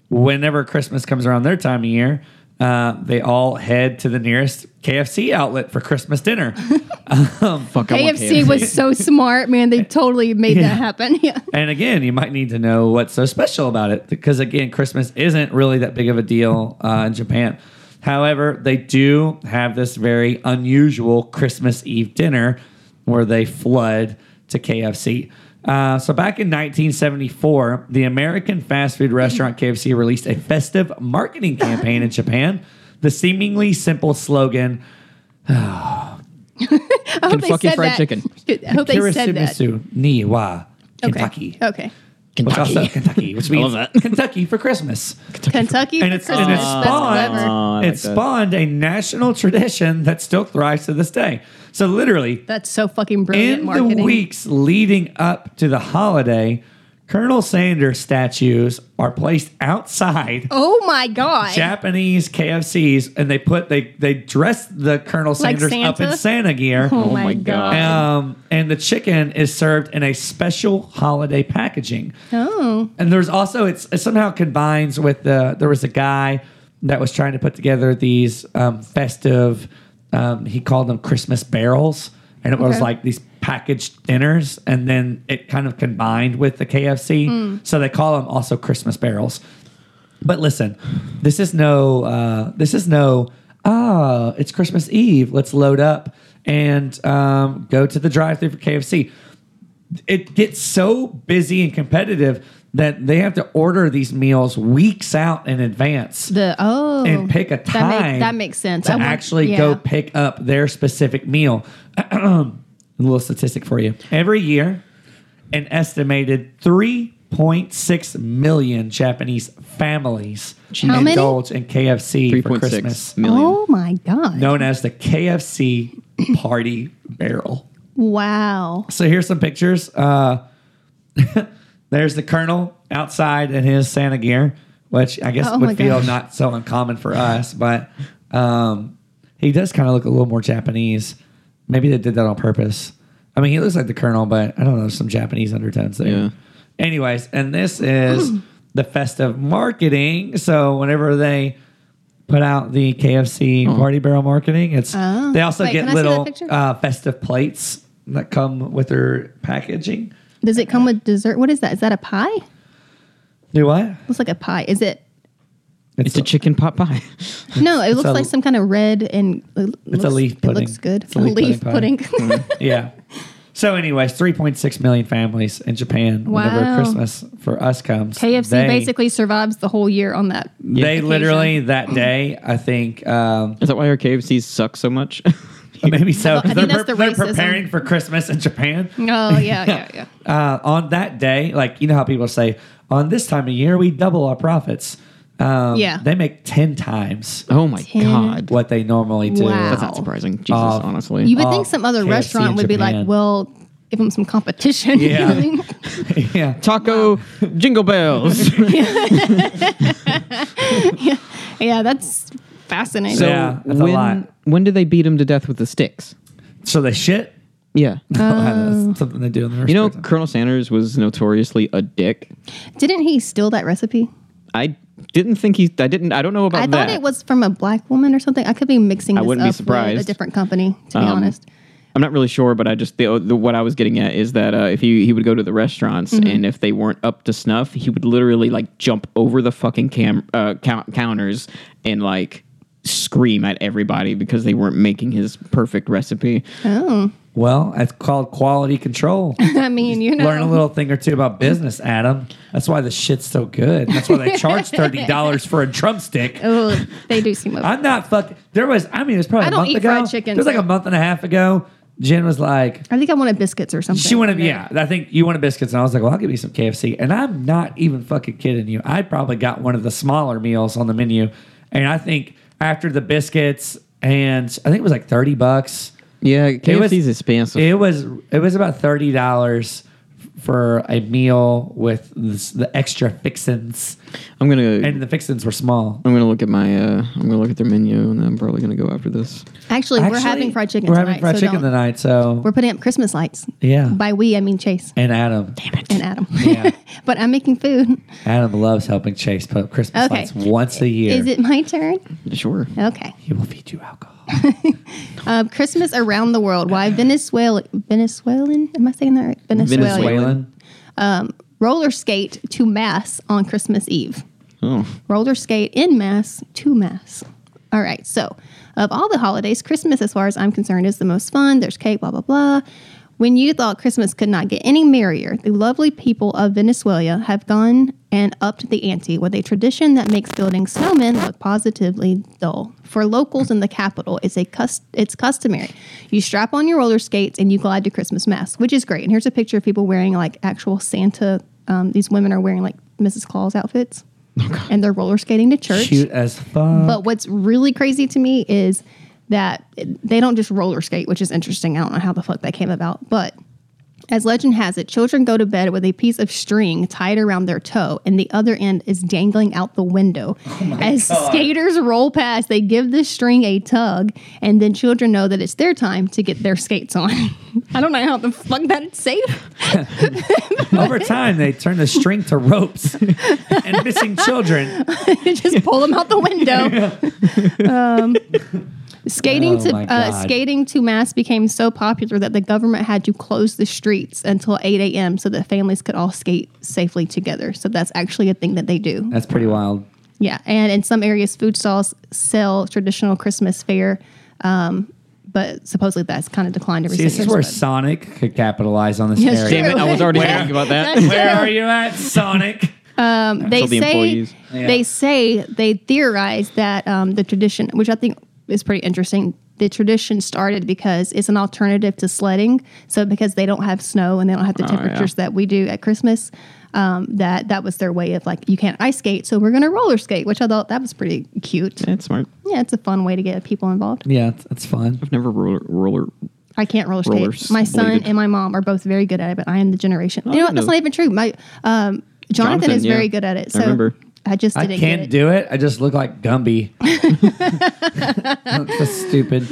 Speaker 1: whenever Christmas comes around their time of year, uh, they all head to the nearest KFC outlet for Christmas dinner.
Speaker 2: Fuck, I want
Speaker 3: KFC was so smart, man. They totally made that happen. Yeah.
Speaker 1: And again, you might need to know what's so special about it because, again, Christmas isn't really that big of a deal uh, in Japan. However, they do have this very unusual Christmas Eve dinner where they flood to KFC. Uh, so back in 1974, the American fast food restaurant KFC released a festive marketing campaign in Japan. The seemingly simple slogan
Speaker 3: I hope
Speaker 2: Kentucky Fried
Speaker 3: that.
Speaker 2: Chicken.
Speaker 3: I hope Oh, they said that.
Speaker 1: "Kirisumisu ni wa Kentucky,"
Speaker 3: Okay. Oh,
Speaker 1: which also Kentucky, which means
Speaker 2: that.
Speaker 1: Kentucky for Christmas.
Speaker 3: Kentucky
Speaker 1: and
Speaker 3: for
Speaker 1: it's,
Speaker 3: Christmas.
Speaker 1: and it
Speaker 3: Best ever.
Speaker 1: spawned,
Speaker 2: like
Speaker 1: it
Speaker 2: that.
Speaker 1: spawned a national tradition that still thrives to this day. So literally,
Speaker 3: That's so fucking brilliant
Speaker 1: in
Speaker 3: marketing.
Speaker 1: the weeks leading up to the holiday, Colonel Sanders statues are placed outside
Speaker 3: Oh my god.
Speaker 1: Japanese KFCs, and they put they they dress the Colonel
Speaker 3: Like
Speaker 1: Sanders up in
Speaker 3: Santa?
Speaker 1: Santa gear.
Speaker 3: Oh,
Speaker 2: my
Speaker 3: my
Speaker 2: God.
Speaker 3: god.
Speaker 1: Um, and the chicken is served in a special holiday packaging.
Speaker 3: Oh.
Speaker 1: And there's also it's it somehow combines with the there was a guy that was trying to put together these um, festive um, he called them Christmas barrels and it was
Speaker 3: Okay.
Speaker 1: like these packaged dinners and then it kind of combined with the KFC so they call them also Christmas barrels But listen, this is no uh, this is no ah, it's Christmas Eve. Let's load up and um, go to the drive-thru for KFC. It gets so busy and competitive that they have to order these meals weeks out in advance
Speaker 3: The oh,
Speaker 1: and pick a time
Speaker 3: That, make, that makes sense.
Speaker 1: to
Speaker 3: I want-
Speaker 1: actually
Speaker 3: yeah.
Speaker 1: go pick up their specific meal. a little statistic for you: every year, an estimated three point six million Japanese families
Speaker 3: How many?
Speaker 1: indulge in KFC for
Speaker 2: 3.6
Speaker 1: Christmas,
Speaker 2: million.
Speaker 3: Oh my god!
Speaker 1: known as the KFC Party Barrel.
Speaker 3: Wow.
Speaker 1: So here's some pictures. Uh, there's the colonel outside in his Santa gear, which I guess
Speaker 3: Oh my
Speaker 1: would feel
Speaker 3: gosh.
Speaker 1: not so uncommon for us, but um, he does kind of look a little more Japanese. Maybe they did that on purpose. I mean, he looks like the colonel, but I don't know, some Japanese undertones there.
Speaker 2: Yeah.
Speaker 1: Anyways, and this is the festive marketing. So whenever they put out the KFC party barrel marketing, it's
Speaker 3: Hmm. Oh.
Speaker 1: they also
Speaker 3: Wait,
Speaker 1: get
Speaker 3: can I see that
Speaker 1: little
Speaker 3: picture?
Speaker 1: uh, festive plates that come with their packaging.
Speaker 3: Does it come with dessert? What is that? Is that a pie?
Speaker 1: Do what?
Speaker 3: Looks like a pie. Is it?
Speaker 2: It's a chicken pot pie.
Speaker 3: No, it looks
Speaker 1: a-
Speaker 3: like some kind of red and. It
Speaker 1: It's a
Speaker 3: looks-
Speaker 1: leaf
Speaker 3: It
Speaker 1: pudding.
Speaker 3: looks good.
Speaker 1: It's a leaf pudding Mm.
Speaker 3: pudding.
Speaker 1: yeah. So, anyways, 3.6 million families in Japan whenever
Speaker 3: Wow.
Speaker 1: Christmas for us comes.
Speaker 3: KFC
Speaker 1: they-
Speaker 3: basically survives the whole year on that.
Speaker 1: They
Speaker 3: occasion.
Speaker 1: literally that day, I think, um,
Speaker 2: Is that why our KFCs suck so much?
Speaker 1: maybe so.
Speaker 3: I think
Speaker 1: they're,
Speaker 3: that's
Speaker 1: pre-
Speaker 3: the
Speaker 1: they're
Speaker 3: racism.
Speaker 1: preparing for Christmas in Japan.
Speaker 3: Oh yeah, yeah, yeah.
Speaker 1: uh, on that day, like you know how people say, on this time of year we double our profits. Um,
Speaker 3: Yeah.
Speaker 1: they make ten times
Speaker 2: oh my
Speaker 3: Ten.
Speaker 2: god.
Speaker 1: what they normally do.
Speaker 3: Wow.
Speaker 2: That's not surprising. Jesus,
Speaker 1: Uh,
Speaker 2: honestly.
Speaker 3: You would
Speaker 1: Oh,
Speaker 3: think some other
Speaker 1: KFC in
Speaker 3: restaurant would be
Speaker 1: Japan.
Speaker 3: like, well, give them some competition. You
Speaker 1: Yeah.
Speaker 3: know?
Speaker 1: yeah,
Speaker 2: Taco jingle bells.
Speaker 3: yeah, that's fascinating.
Speaker 1: So- Yeah, that's a
Speaker 2: when,
Speaker 1: lot.
Speaker 2: When do they beat him to death with the sticks?
Speaker 1: so they shit.
Speaker 2: Yeah.
Speaker 3: Oh.
Speaker 1: That's something they do in the
Speaker 2: you know,
Speaker 1: nursery.
Speaker 2: Colonel Sanders was notoriously a dick.
Speaker 3: Didn't he steal that recipe?
Speaker 2: I didn't think he. I didn't. I don't know about
Speaker 3: I
Speaker 2: that.
Speaker 3: thought it was from a black woman or something. I could be mixing
Speaker 2: I
Speaker 3: this
Speaker 2: wouldn't be
Speaker 3: up with a
Speaker 2: surprised.
Speaker 3: different company, to
Speaker 1: Um,
Speaker 3: be honest.
Speaker 2: I'm not really sure, but I just the, the what I was getting at is that uh, if he he would go to the restaurants
Speaker 3: Mm-hmm.
Speaker 2: and if they weren't up to snuff, he would literally like jump over the fucking cam uh, count- counters and like scream at everybody because they weren't making his perfect recipe.
Speaker 1: well, it's called quality control.
Speaker 3: I mean, you know.
Speaker 1: Learn a little thing or two about business, Adam. That's why the shit's so good. That's why they charge thirty dollars for a drumstick.
Speaker 3: Oh, they do seem over.
Speaker 1: I'm not fucking. There was, I mean, it was probably
Speaker 3: I
Speaker 1: a
Speaker 3: don't
Speaker 1: month
Speaker 3: eat
Speaker 1: ago.
Speaker 3: fried chicken,
Speaker 1: It was like
Speaker 3: so-
Speaker 1: a month and a half ago. Jen was like,
Speaker 3: I think I wanted biscuits or something.
Speaker 1: She wanted, yeah. I think you wanted biscuits, and I was like, "Well, I'll give you some KFC." And I'm not even fucking kidding you. I probably got one of the smaller meals on the menu, and I think after the biscuits, and I think it was like thirty bucks.
Speaker 2: Yeah,
Speaker 1: It was-
Speaker 2: KFC's expensive.
Speaker 1: It was it was about thirty dollars for a meal with this, the extra fixins,
Speaker 2: I'm gonna
Speaker 1: and the fixins were small.
Speaker 2: I'm gonna look at my uh, I'm gonna look at their menu and I'm probably gonna go after this.
Speaker 3: Actually, we're
Speaker 1: Actually,
Speaker 3: having fried chicken
Speaker 1: We're
Speaker 3: tonight.
Speaker 1: having fried
Speaker 3: so
Speaker 1: chicken
Speaker 3: don't-
Speaker 1: tonight, so
Speaker 3: We're putting up Christmas lights.
Speaker 1: Yeah.
Speaker 3: By we, I mean Chase
Speaker 1: and Adam.
Speaker 3: and Adam.
Speaker 1: Yeah.
Speaker 3: but I'm making food.
Speaker 1: Adam loves helping Chase put up Christmas
Speaker 3: Okay.
Speaker 1: lights once a year.
Speaker 3: Is it my turn?
Speaker 2: Sure.
Speaker 3: Okay.
Speaker 1: He will feed you alcohol.
Speaker 3: Um, Christmas around the world. Why Venezuela? Venezuelan? Am I saying that right? Venezuelan.
Speaker 2: Venezuela.
Speaker 1: Waylon.
Speaker 3: Roller skate to mass on Christmas Eve.
Speaker 2: Oh,
Speaker 3: Roller skate in mass to mass. All right. So, of all the holidays, Christmas, as far as I'm concerned, is the most fun. There's cake, blah blah blah. When you thought Christmas could not get any merrier, the lovely people of Venezuela have gone and upped the ante with a tradition that makes building snowmen look positively dull. For locals in the capital, it's a cus- it's customary. You strap on your roller skates and you glide to Christmas mass, which is great. And here's a picture of people wearing like actual Santa. Um, these women are wearing like Mrs. Claus outfits, and they're roller skating to church.
Speaker 1: Cute as fuck.
Speaker 3: But what's really crazy to me is that they don't just roller skate, which is interesting. I don't know how the fuck that came about, but as legend has it, children go to bed with a piece of string tied around their toe, and the other end is dangling out the window. as skaters roll past, they give the string a tug, and then children know that it's their time to get their skates on. I don't know how the fuck that's safe.
Speaker 1: Over time, they turn the string to ropes and missing children.
Speaker 3: just pull them out the window. um, skating
Speaker 1: Oh
Speaker 3: to
Speaker 1: my
Speaker 3: uh,
Speaker 1: God.
Speaker 3: skating to mass became so popular that the government had to close the streets until 8
Speaker 1: Uh.
Speaker 3: a.m. so that families could all skate safely together. So that's actually a thing that they do.
Speaker 1: That's pretty wild.
Speaker 3: Yeah, and in some areas, food stalls sell traditional Christmas fare, um, but supposedly that's kind of declined every
Speaker 1: See, this is
Speaker 3: single
Speaker 1: where
Speaker 3: year.
Speaker 1: Sonic could capitalize on this
Speaker 3: Yes,
Speaker 1: area.
Speaker 2: Damn it, I was already
Speaker 1: Where-
Speaker 2: thinking about that.
Speaker 3: That's-
Speaker 1: Where are you at, Sonic?
Speaker 3: they
Speaker 2: Tell the
Speaker 3: say
Speaker 2: employees.
Speaker 1: Yeah.
Speaker 3: they say they theorize that um, the tradition, which I think is pretty interesting, the tradition started because it's an alternative to sledding. So because they don't have snow and they don't have the
Speaker 2: Oh, yeah.
Speaker 3: temperatures that we do at Christmas, um, that that was their way of like you can't ice skate, so we're gonna roller skate, which I thought that was pretty cute.
Speaker 2: That's smart.
Speaker 3: Yeah, it's a fun way to get people involved.
Speaker 1: Yeah, it's, it's fun.
Speaker 2: I've never roller roller.
Speaker 3: I can't roller skate.
Speaker 2: Rollers
Speaker 3: my son
Speaker 2: bladed.
Speaker 3: and my mom are both very good at it, but I am the generation. you
Speaker 2: I
Speaker 3: know what? That's
Speaker 2: know.
Speaker 3: not even true. My um, Jonathan,
Speaker 2: Oh, Jonathan,
Speaker 3: is
Speaker 2: yeah.
Speaker 3: very good at it.
Speaker 2: I
Speaker 3: So I,
Speaker 2: remember.
Speaker 3: just
Speaker 1: I
Speaker 3: didn't
Speaker 1: can't
Speaker 3: get it.
Speaker 1: do it. I just look like Gumby. That's so stupid.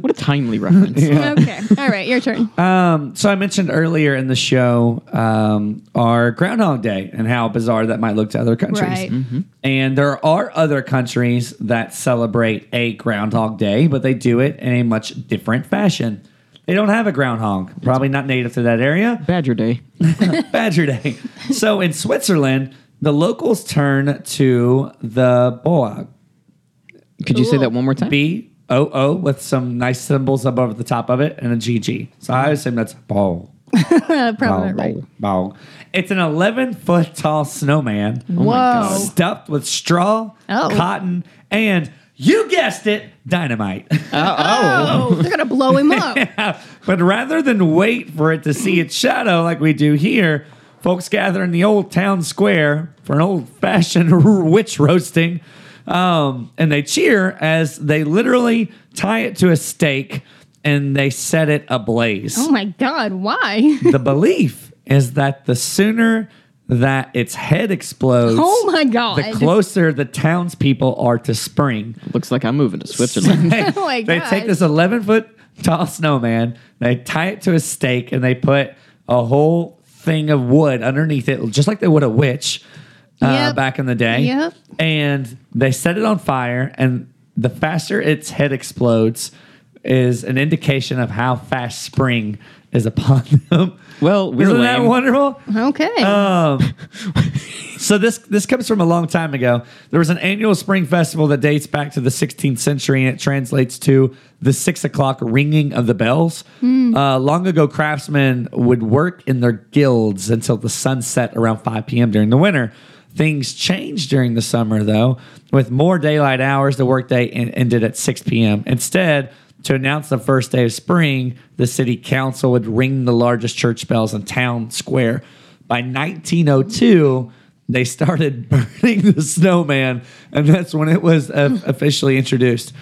Speaker 2: What a timely reference.
Speaker 3: Okay. All right, your turn.
Speaker 1: Um, so I mentioned earlier in the show um, our Groundhog Day and how bizarre that might look to other countries.
Speaker 3: Right. Mhm.
Speaker 1: And there are other countries that celebrate a Groundhog Day, but they do it in a much different fashion. They don't have a groundhog, probably not native to that area.
Speaker 2: Badger Day.
Speaker 1: Badger Day. So in Switzerland, the locals turn to the boa,
Speaker 2: Could you say
Speaker 3: Cool.
Speaker 2: that one more time?
Speaker 1: B O O, with some nice symbols above the top of it, and a GG. So I assume that's boa.
Speaker 3: Uh, probably not
Speaker 1: oh,
Speaker 3: right.
Speaker 1: Bong. It's an 11 foot tall snowman
Speaker 3: Whoa.
Speaker 1: stuffed with straw,
Speaker 3: Oh.
Speaker 1: cotton, and you guessed it, dynamite.
Speaker 3: Oh, they're gonna blow him up.
Speaker 1: but rather than wait for it to see its shadow like we do here, folks gather in the old town square for an old fashioned witch roasting. Um, and they cheer as they literally tie it to a stake and they set it ablaze.
Speaker 3: Oh my god, why?
Speaker 1: the belief is that the sooner that its head explodes,
Speaker 3: Oh my God.
Speaker 1: the closer the townspeople are to spring.
Speaker 2: Looks like I'm moving to Switzerland.
Speaker 1: They,
Speaker 3: Oh my
Speaker 1: they take
Speaker 3: God.
Speaker 1: this 11 foot tall snowman, they tie it to a stake, and they put a whole thing of wood underneath it, just like they would a witch uh,
Speaker 3: Yep.
Speaker 1: back in the day.
Speaker 3: Yep.
Speaker 1: And they set it on fire, and the faster its head explodes is an indication of how fast spring is upon them.
Speaker 2: Well, we're
Speaker 1: Isn't that
Speaker 2: lame.
Speaker 1: wonderful?
Speaker 3: Okay.
Speaker 1: Um, so this this comes from a long time ago. There was an annual spring festival that dates back to the 16th century, and it translates to the six o'clock ringing of the bells. Uh, long ago, craftsmen would work in their guilds until the sun set around 5 p.m. during the winter. Things changed during the summer, though. With more daylight hours, the workday en- ended at 6 p.m. Instead, to announce the first day of spring, the city council would ring the largest church bells in town square. By 1902, they started burning the snowman, and that's when it was uh, officially introduced.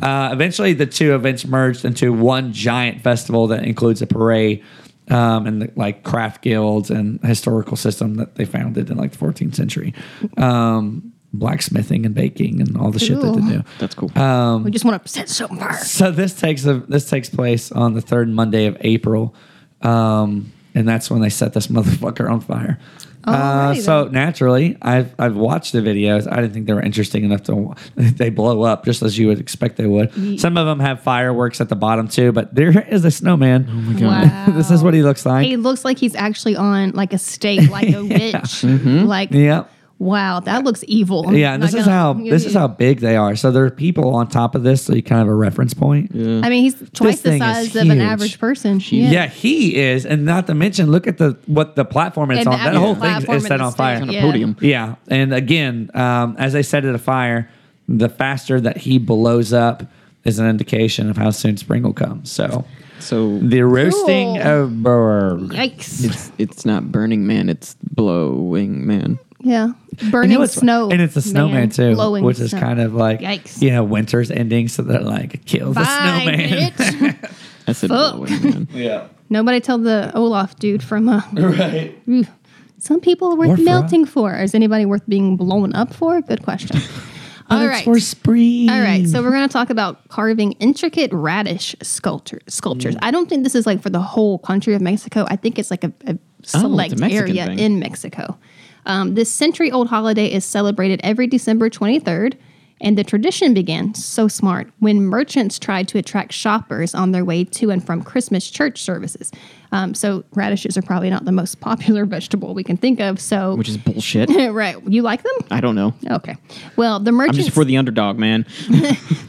Speaker 1: Uh, eventually, the two events merged into one giant festival that includes a parade um, and like craft guilds and historical system that they founded in like the 14th century, um, blacksmithing and baking and all the shit that they
Speaker 3: Cool.
Speaker 1: do.
Speaker 2: That's cool.
Speaker 3: we just want to set something fire.
Speaker 1: So this takes a, this takes place on the third Monday of April, um, and that's when they set this motherfucker on fire.
Speaker 3: Oh,
Speaker 1: Uh,
Speaker 3: Alrighty
Speaker 1: so naturally, I've I've watched the videos. I didn't think they were interesting enough to. wa- They blow up just as you would expect they would. Some of them have fireworks at the bottom too, but there is a snowman. Oh my
Speaker 3: God. Wow.
Speaker 1: this is what he looks like.
Speaker 3: He looks like he's actually on like a stake, like a witch. Like
Speaker 1: yep.
Speaker 3: wow, that looks evil. I'm
Speaker 1: Mm-hmm. Yeah, and
Speaker 3: not
Speaker 1: this is
Speaker 3: gonna-
Speaker 1: how this is how big they are. So there are people on top of this, so you kind of have a reference point.
Speaker 3: I mean, he's twice the
Speaker 1: thing is
Speaker 3: size of
Speaker 1: huge.
Speaker 3: an average person.
Speaker 1: Yeah. he is, and not to mention, look at the what the platform it's
Speaker 3: And the
Speaker 1: on. That
Speaker 3: actual
Speaker 1: whole thing
Speaker 3: platform
Speaker 1: is
Speaker 3: and
Speaker 1: set
Speaker 3: the
Speaker 1: on
Speaker 3: stage,
Speaker 1: fire.
Speaker 2: on a
Speaker 3: yeah.
Speaker 2: podium.
Speaker 1: Yeah, and again, um, as I said, it a fire, the faster that he blows up is an indication of how soon spring will come. So
Speaker 2: So
Speaker 1: the roasting
Speaker 3: Cool.
Speaker 1: of bird.
Speaker 3: Yikes.
Speaker 2: it's it's not Burning Man. It's Blowing Man.
Speaker 3: Yeah.
Speaker 1: And
Speaker 3: Burning
Speaker 1: you know what's-
Speaker 3: snow.
Speaker 1: and it's a snowman
Speaker 3: man,
Speaker 1: too,
Speaker 3: blowing
Speaker 1: which is
Speaker 3: snow.
Speaker 1: kind of like
Speaker 3: Yikes.
Speaker 1: you know winter's ending, so they're like kill the
Speaker 3: Bye,
Speaker 1: snowman.
Speaker 3: bitch.
Speaker 2: I said
Speaker 3: Fuck.
Speaker 2: Blowing Man.
Speaker 1: yeah,
Speaker 3: Nobody tell the Olaf dude from uh,
Speaker 1: right.
Speaker 3: Ooh. Some people are
Speaker 1: Or
Speaker 3: worth
Speaker 1: for
Speaker 3: melting for. Is anybody worth being blown up for? Good question. All
Speaker 1: It's
Speaker 3: right.
Speaker 1: for spring.
Speaker 3: All right. So we're going to talk about carving intricate radish sculpture, sculptures. I don't think this is like for the whole country of Mexico. I think it's like a, a select
Speaker 2: Mexican
Speaker 3: area
Speaker 2: thing.
Speaker 3: in Mexico. Um, this century old holiday is celebrated every December 23rd. And the tradition began, so smart, when merchants tried to attract shoppers on their way to and from Christmas church services. Um, so radishes are probably not the most popular vegetable we can think of. So
Speaker 2: which is bullshit.
Speaker 3: right, you like them?
Speaker 2: I don't know.
Speaker 3: Okay. Well, the
Speaker 2: I'm
Speaker 3: merchants
Speaker 2: just for the underdog, man.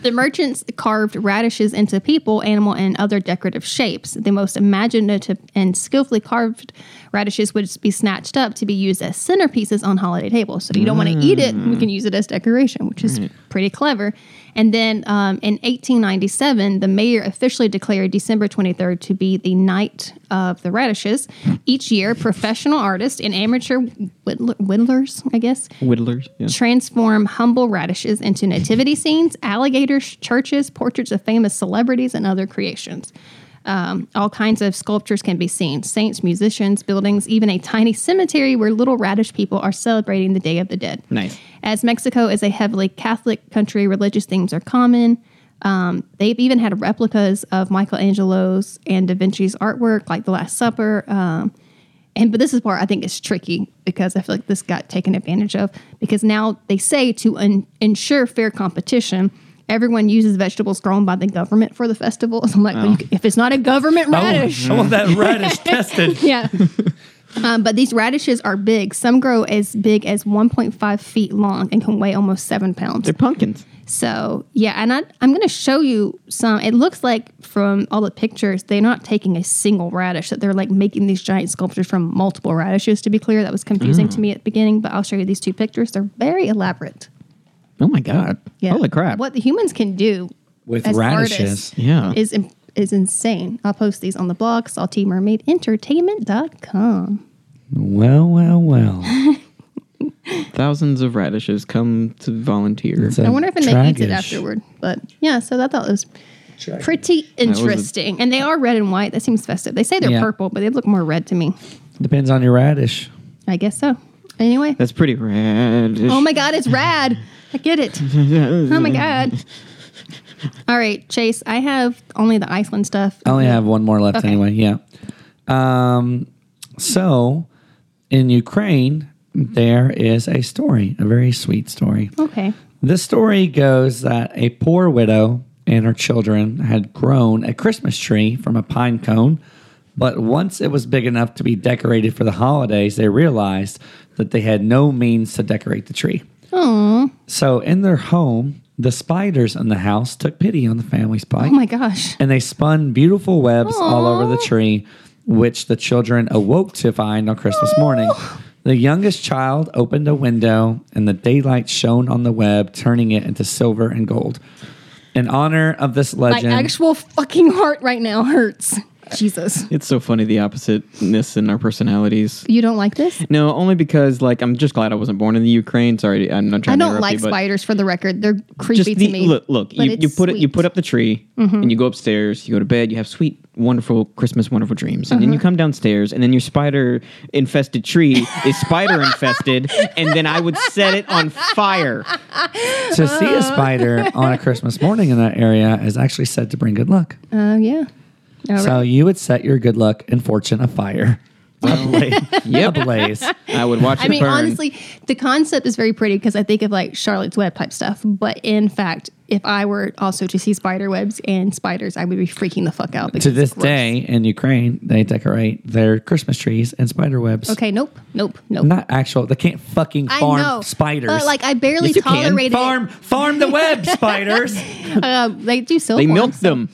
Speaker 3: the merchants carved radishes into people, animal, and other decorative shapes. The most imaginative and skillfully carved radishes would be snatched up to be used as centerpieces on holiday tables. So you don't want to eat it, we can use it as decoration, which is pretty clever. And then um, in 1897, the mayor officially declared December 23rd to be the night of the radishes. Each year, professional artists and amateur whittler, whittlers, I guess,
Speaker 2: Whittlers. Yeah.
Speaker 3: transform humble radishes into nativity scenes, alligators, churches, portraits of famous celebrities, and other creations. Um, all kinds of sculptures can be seen saints, musicians, buildings, even a tiny cemetery where little radish people are celebrating the Day of the Dead.
Speaker 2: Nice.
Speaker 3: As Mexico is a heavily Catholic country, religious themes are common. Um, they've even had replicas of Michelangelo's and Da Vinci's artwork, like The Last Supper. Um, and but this is part I think is tricky because I feel like this got taken advantage of because now they say to un- ensure fair competition, everyone uses vegetables grown by the government for the festival. So I'm like, well, you, if it's not a government radish,
Speaker 1: Oh, I want that radish tested.
Speaker 3: yeah. Um, but these radishes are big. Some grow as big as 1.5 feet long and can weigh almost seven pounds.
Speaker 2: They're pumpkins.
Speaker 3: So yeah, and I, I'm going to show you some. It looks like from all the pictures, they're not taking a single radish; that they're like making these giant sculptures from multiple radishes. To be clear, that was confusing
Speaker 2: Mm.
Speaker 3: to me at the beginning, but I'll show you these two pictures. They're very elaborate.
Speaker 2: Oh my god. Holy crap.
Speaker 3: What the humans can do
Speaker 1: With
Speaker 3: as
Speaker 1: radishes.
Speaker 3: artists
Speaker 2: Yeah.
Speaker 3: is im- is insane. I'll post these on the blog saltymermaidentertainment.com.
Speaker 1: Well, well, well.
Speaker 2: Thousands of radishes come to volunteer.
Speaker 1: It's a
Speaker 3: I wonder if they eats it
Speaker 1: tragish.
Speaker 3: afterward, but yeah. So that thought was pretty
Speaker 2: was a-
Speaker 3: interesting, and they are red and white. That seems festive. They say they're
Speaker 1: Yeah.
Speaker 3: purple, but they look more red to me.
Speaker 1: Depends on your radish.
Speaker 3: I guess so. Anyway.
Speaker 2: That's pretty radish.
Speaker 3: Oh my God, it's rad. I get it. Oh my God. All right, Chase, I have only the Iceland stuff.
Speaker 2: Oh.
Speaker 1: I only have one more left
Speaker 3: Okay.
Speaker 1: anyway. Yeah. Um, so in Ukraine, there is a story, a very sweet story.
Speaker 3: Okay.
Speaker 1: This story goes that a poor widow and her children had grown a Christmas tree from a pine cone, but once it was big enough to be decorated for the holidays, they realized that they had no means to decorate the tree. So in their home, the spiders in the house took pity on the family's plight
Speaker 3: Oh my gosh.
Speaker 1: and they spun beautiful webs all
Speaker 3: Aw.
Speaker 1: over the tree, which the children awoke to find on Christmas morning. The youngest child opened a window, and the daylight shone on the web, turning it into silver and gold. In honor of this
Speaker 3: My
Speaker 1: legend,
Speaker 3: actual fucking heart right now hurts. Jesus.
Speaker 2: It's so funny the oppositeness in our personalities.
Speaker 3: You don't like this?
Speaker 2: No, only because like I'm just glad I wasn't born in the Ukraine. Sorry, I'm not
Speaker 3: I
Speaker 2: trying. to
Speaker 3: don't
Speaker 2: interrupt
Speaker 3: like
Speaker 2: you, but
Speaker 3: spiders for the record. They're creepy
Speaker 2: Just the,
Speaker 3: to me.
Speaker 2: look, look.
Speaker 3: but
Speaker 2: You,
Speaker 3: it's
Speaker 2: you put it. You
Speaker 3: sweet. Mm-hmm.
Speaker 2: put up the tree, and you go upstairs. You go to bed. You have sweet, wonderful Christmas, wonderful dreams, and then you
Speaker 3: Uh-huh.
Speaker 2: come downstairs, and then your spider infested tree is spider infested, and then I would set it on fire.
Speaker 1: to see a spider on a Christmas morning in that area is actually said to bring good luck.
Speaker 3: Oh, yeah. All right.
Speaker 1: so you would set your good luck and fortune afire. Ablaze.
Speaker 2: Yep.
Speaker 1: Ablaze.
Speaker 2: I would watch it
Speaker 3: I mean,
Speaker 2: burn.
Speaker 3: honestly, the concept is very pretty because I think of like Charlotte's Web type stuff. But in fact, if I were also to see spider webs and spiders, I would be freaking the fuck out. Because
Speaker 1: To this
Speaker 3: it's gross.
Speaker 1: day in Ukraine, they decorate their Christmas trees in spider webs.
Speaker 3: Okay, nope, nope, nope.
Speaker 1: Not actual. They can't fucking
Speaker 3: I
Speaker 1: farm
Speaker 3: know,
Speaker 1: spiders.
Speaker 3: But like, I barely
Speaker 2: Yes, you can.
Speaker 3: tolerated
Speaker 1: farm, farm the web spiders.
Speaker 3: It. Uh, they do so.
Speaker 2: they
Speaker 3: form,
Speaker 2: milk
Speaker 3: so
Speaker 2: them.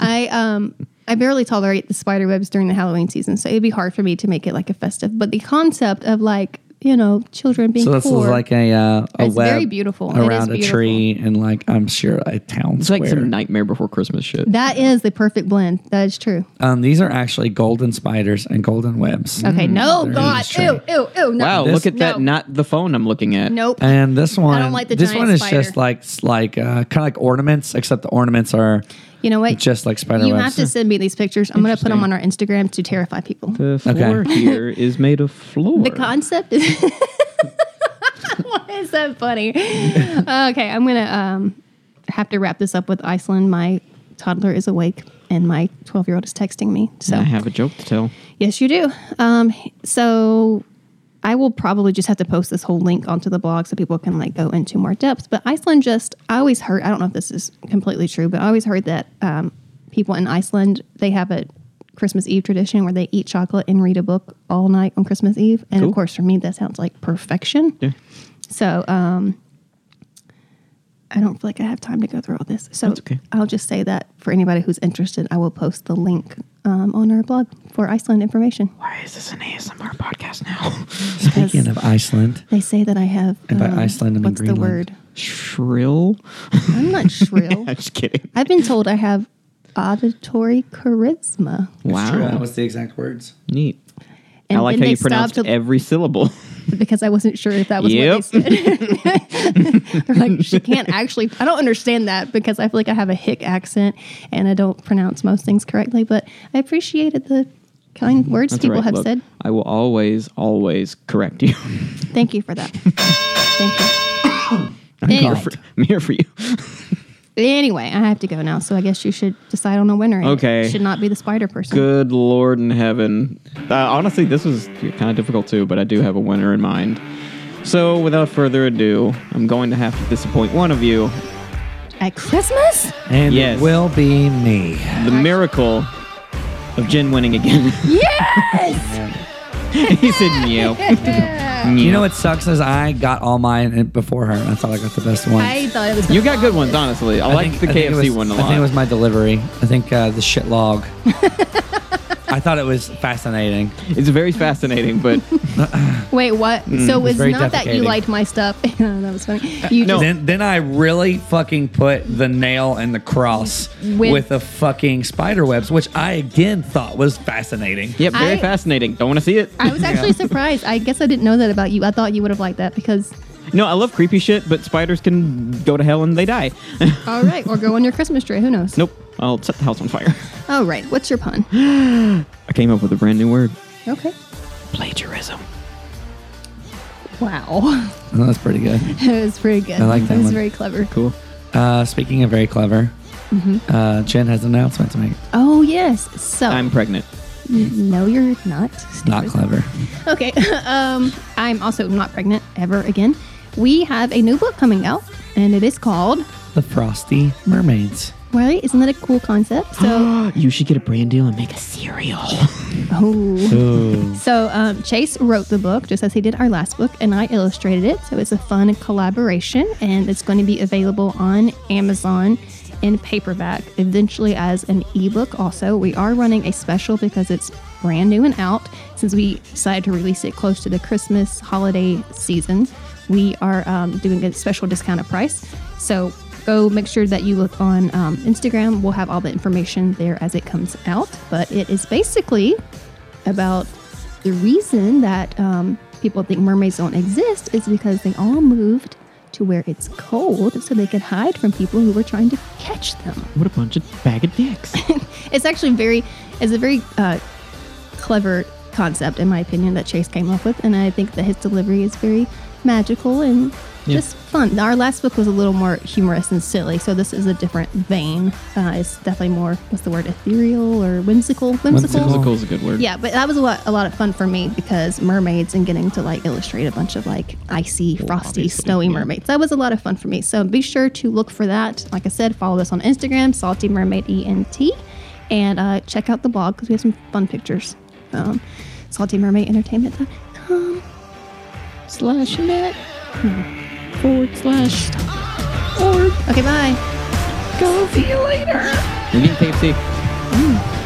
Speaker 3: I um. I barely tolerate the spider webs during the Halloween season, so it'd be hard for me to make it like a festive. But the concept of like you know children being
Speaker 1: So this
Speaker 3: poor,
Speaker 1: is like a uh, a
Speaker 3: It's
Speaker 1: web
Speaker 3: very beautiful. It is
Speaker 1: around a tree, and like I'm sure a town
Speaker 2: It's
Speaker 1: square.
Speaker 2: like some nightmare before Christmas shit.
Speaker 3: that is the perfect blend. That is true.
Speaker 1: um, these are actually golden spiders and golden webs.
Speaker 3: Okay, no,
Speaker 1: Mm, There
Speaker 3: God,
Speaker 1: is true.
Speaker 3: ew, ew, ew. No.
Speaker 2: Wow,
Speaker 1: This-
Speaker 2: look at that!
Speaker 3: No.
Speaker 2: Not the phone I'm looking at.
Speaker 3: Nope.
Speaker 1: And this one,
Speaker 3: like the
Speaker 1: this
Speaker 3: giant
Speaker 1: one is
Speaker 3: spider.
Speaker 1: just like s- like uh, kind of like ornaments, except the ornaments are
Speaker 3: You know what?
Speaker 1: just like spider
Speaker 3: you have
Speaker 1: webs.
Speaker 3: to send me these pictures. I'm going to put them on our Instagram to terrify people. The,
Speaker 2: The floor here is made of floor.
Speaker 3: concept is. Why is that funny? okay, I'm going to um, have to wrap this up with Iceland. My toddler is awake and my 12 year old is texting me. So.
Speaker 2: I have a joke to tell.
Speaker 3: Yes, you do. Um, so I will probably just have to post this whole link onto the blog so people can like go into more depth. But Iceland just, I always heard, I don't know if this is completely true, but I always heard that um, people in Iceland, they have a Christmas Eve tradition where they eat chocolate and read a book all night on Christmas Eve. And
Speaker 2: Cool.
Speaker 3: of course, for me, that sounds like perfection.
Speaker 2: Yeah.
Speaker 3: So um, I don't feel like I have time to go through all this. So
Speaker 2: That's okay.
Speaker 3: I'll just say that for anybody who's interested, I will post the link um, on our blog for Iceland information.
Speaker 2: Why is this an ASMR podcast now?
Speaker 1: Speaking of Iceland,
Speaker 3: They say that I have.
Speaker 1: And
Speaker 3: um,
Speaker 1: by Iceland, I mean
Speaker 3: what's
Speaker 1: Greenland.
Speaker 3: the word?
Speaker 2: Shrill?
Speaker 3: I'm not shrill.
Speaker 2: I'm just kidding.
Speaker 3: I've been told I have auditory charisma.
Speaker 1: It's true, that
Speaker 2: Wow.
Speaker 1: was the exact words.
Speaker 2: Neat.
Speaker 3: And
Speaker 2: I like
Speaker 3: then
Speaker 2: how
Speaker 3: they
Speaker 2: you pronounced
Speaker 3: stopped
Speaker 2: every syllable.
Speaker 3: because I wasn't sure if that was
Speaker 2: Yep.
Speaker 3: what they said. They're like, she can't actually. I don't understand that because I feel like I have a hick accent and I don't pronounce most things correctly. But I appreciated the kind words
Speaker 2: Mm-hmm. That's all
Speaker 3: people
Speaker 2: right,
Speaker 3: have
Speaker 2: look,
Speaker 3: said.
Speaker 2: I will always, always correct you.
Speaker 3: Thank you for that. Thank you.
Speaker 2: I'm here
Speaker 3: anyway,
Speaker 2: for, I'm here for you.
Speaker 3: anyway, I have to go now, so I guess you should decide on a winner. and it
Speaker 2: Okay.
Speaker 3: should not be the spider person.
Speaker 2: Good Lord in heaven. Uh, honestly, this was kind of difficult too, but I do have a winner in mind. So, without further ado, I'm going to have to disappoint one of you.
Speaker 3: At Christmas?
Speaker 1: And
Speaker 2: Yes.
Speaker 1: it will be me.
Speaker 2: The miracle of Jen winning again.
Speaker 3: Yes.
Speaker 2: he said, "Meow."
Speaker 1: You know what sucks is I got all mine before her, and I thought I got the best one.
Speaker 3: I thought it was.
Speaker 2: You got good ones, honestly. I, like the
Speaker 1: think it
Speaker 2: KFC
Speaker 1: was-
Speaker 2: one a
Speaker 1: I think it was
Speaker 2: lot.
Speaker 1: my delivery. I think uh, the shit log. I thought it was fascinating.
Speaker 2: It's very fascinating, but
Speaker 3: Wait, what? so it's
Speaker 1: very
Speaker 3: not that you
Speaker 1: defecating.
Speaker 3: liked my stuff. that was funny. You
Speaker 2: no.
Speaker 3: just
Speaker 1: Then, then I really fucking put the nail and the cross
Speaker 3: With-
Speaker 1: with, the fucking spider webs, which I again thought was fascinating.
Speaker 2: yep, very
Speaker 3: I-
Speaker 2: fascinating. Don't want to see it.
Speaker 3: I was actually surprised. I guess I didn't know that about you. I thought you would have liked that because,
Speaker 2: no, I love creepy shit, but spiders can go to hell and they die.
Speaker 3: all right, or go on your Christmas tree. Who knows?
Speaker 2: nope, I'll set the house on fire.
Speaker 3: All right, what's your pun?
Speaker 2: I came up with a brand new word:
Speaker 3: Okay.
Speaker 2: plagiarism.
Speaker 3: Wow.
Speaker 1: Oh, that's pretty good.
Speaker 3: that was pretty good.
Speaker 1: I like that
Speaker 3: It was
Speaker 1: one.
Speaker 3: very clever.
Speaker 2: Cool.
Speaker 1: Uh, speaking of very clever, uh, Jen has an announcement to make.
Speaker 3: Oh, yes. So,
Speaker 2: I'm pregnant.
Speaker 3: no, you're not.
Speaker 1: Not clever.
Speaker 3: Okay. um, I'm also not pregnant ever again. We have a new book coming out, and it is called,
Speaker 1: The Frosty Mermaids.
Speaker 3: right? Isn't that a cool concept? So,
Speaker 2: You should get a brand deal and make a cereal.
Speaker 3: oh.
Speaker 1: Ooh.
Speaker 3: So um, Chase wrote the book just as he did our last book, and I illustrated it. So it's a fun collaboration, and it's going to be available on Amazon in paperback, eventually as an ebook. Also, we are running a special because it's brand new and out. Since we decided to release it close to the Christmas holiday season, we are um, doing a special discounted price. So go make sure that you look on um, Instagram. We'll have all the information there as it comes out. But it is basically about the reason that um, people think mermaids don't exist is because they all moved to where it's cold so they could hide from people who were trying to catch them.
Speaker 2: what a bunch of bag of dicks.
Speaker 3: It's actually very, it's a very uh, clever concept, in my opinion, that Chase came up with. And I think that his delivery is very magical and
Speaker 2: Yeah.
Speaker 3: just fun. Our last book was a little more humorous and silly. So this is a different vein. Uh, it's definitely more, what's the word, ethereal or whimsical?
Speaker 1: Whimsical.
Speaker 2: Musical's a good word.
Speaker 3: Yeah, but that was a lot, a lot of fun for me because mermaids and getting to like illustrate a bunch of like icy, frosty,
Speaker 2: obviously,
Speaker 3: snowy
Speaker 2: yeah.
Speaker 3: mermaids. That was a lot of fun for me. So be sure to look for that. Like I said, follow us on Instagram, Salty Mermaid ENT, and uh, check out the blog because we have some fun pictures. Um, Salty Mermaid Entertainment.com slash net forward slash org. Okay, bye. Go see you later.
Speaker 2: I'm getting KFC.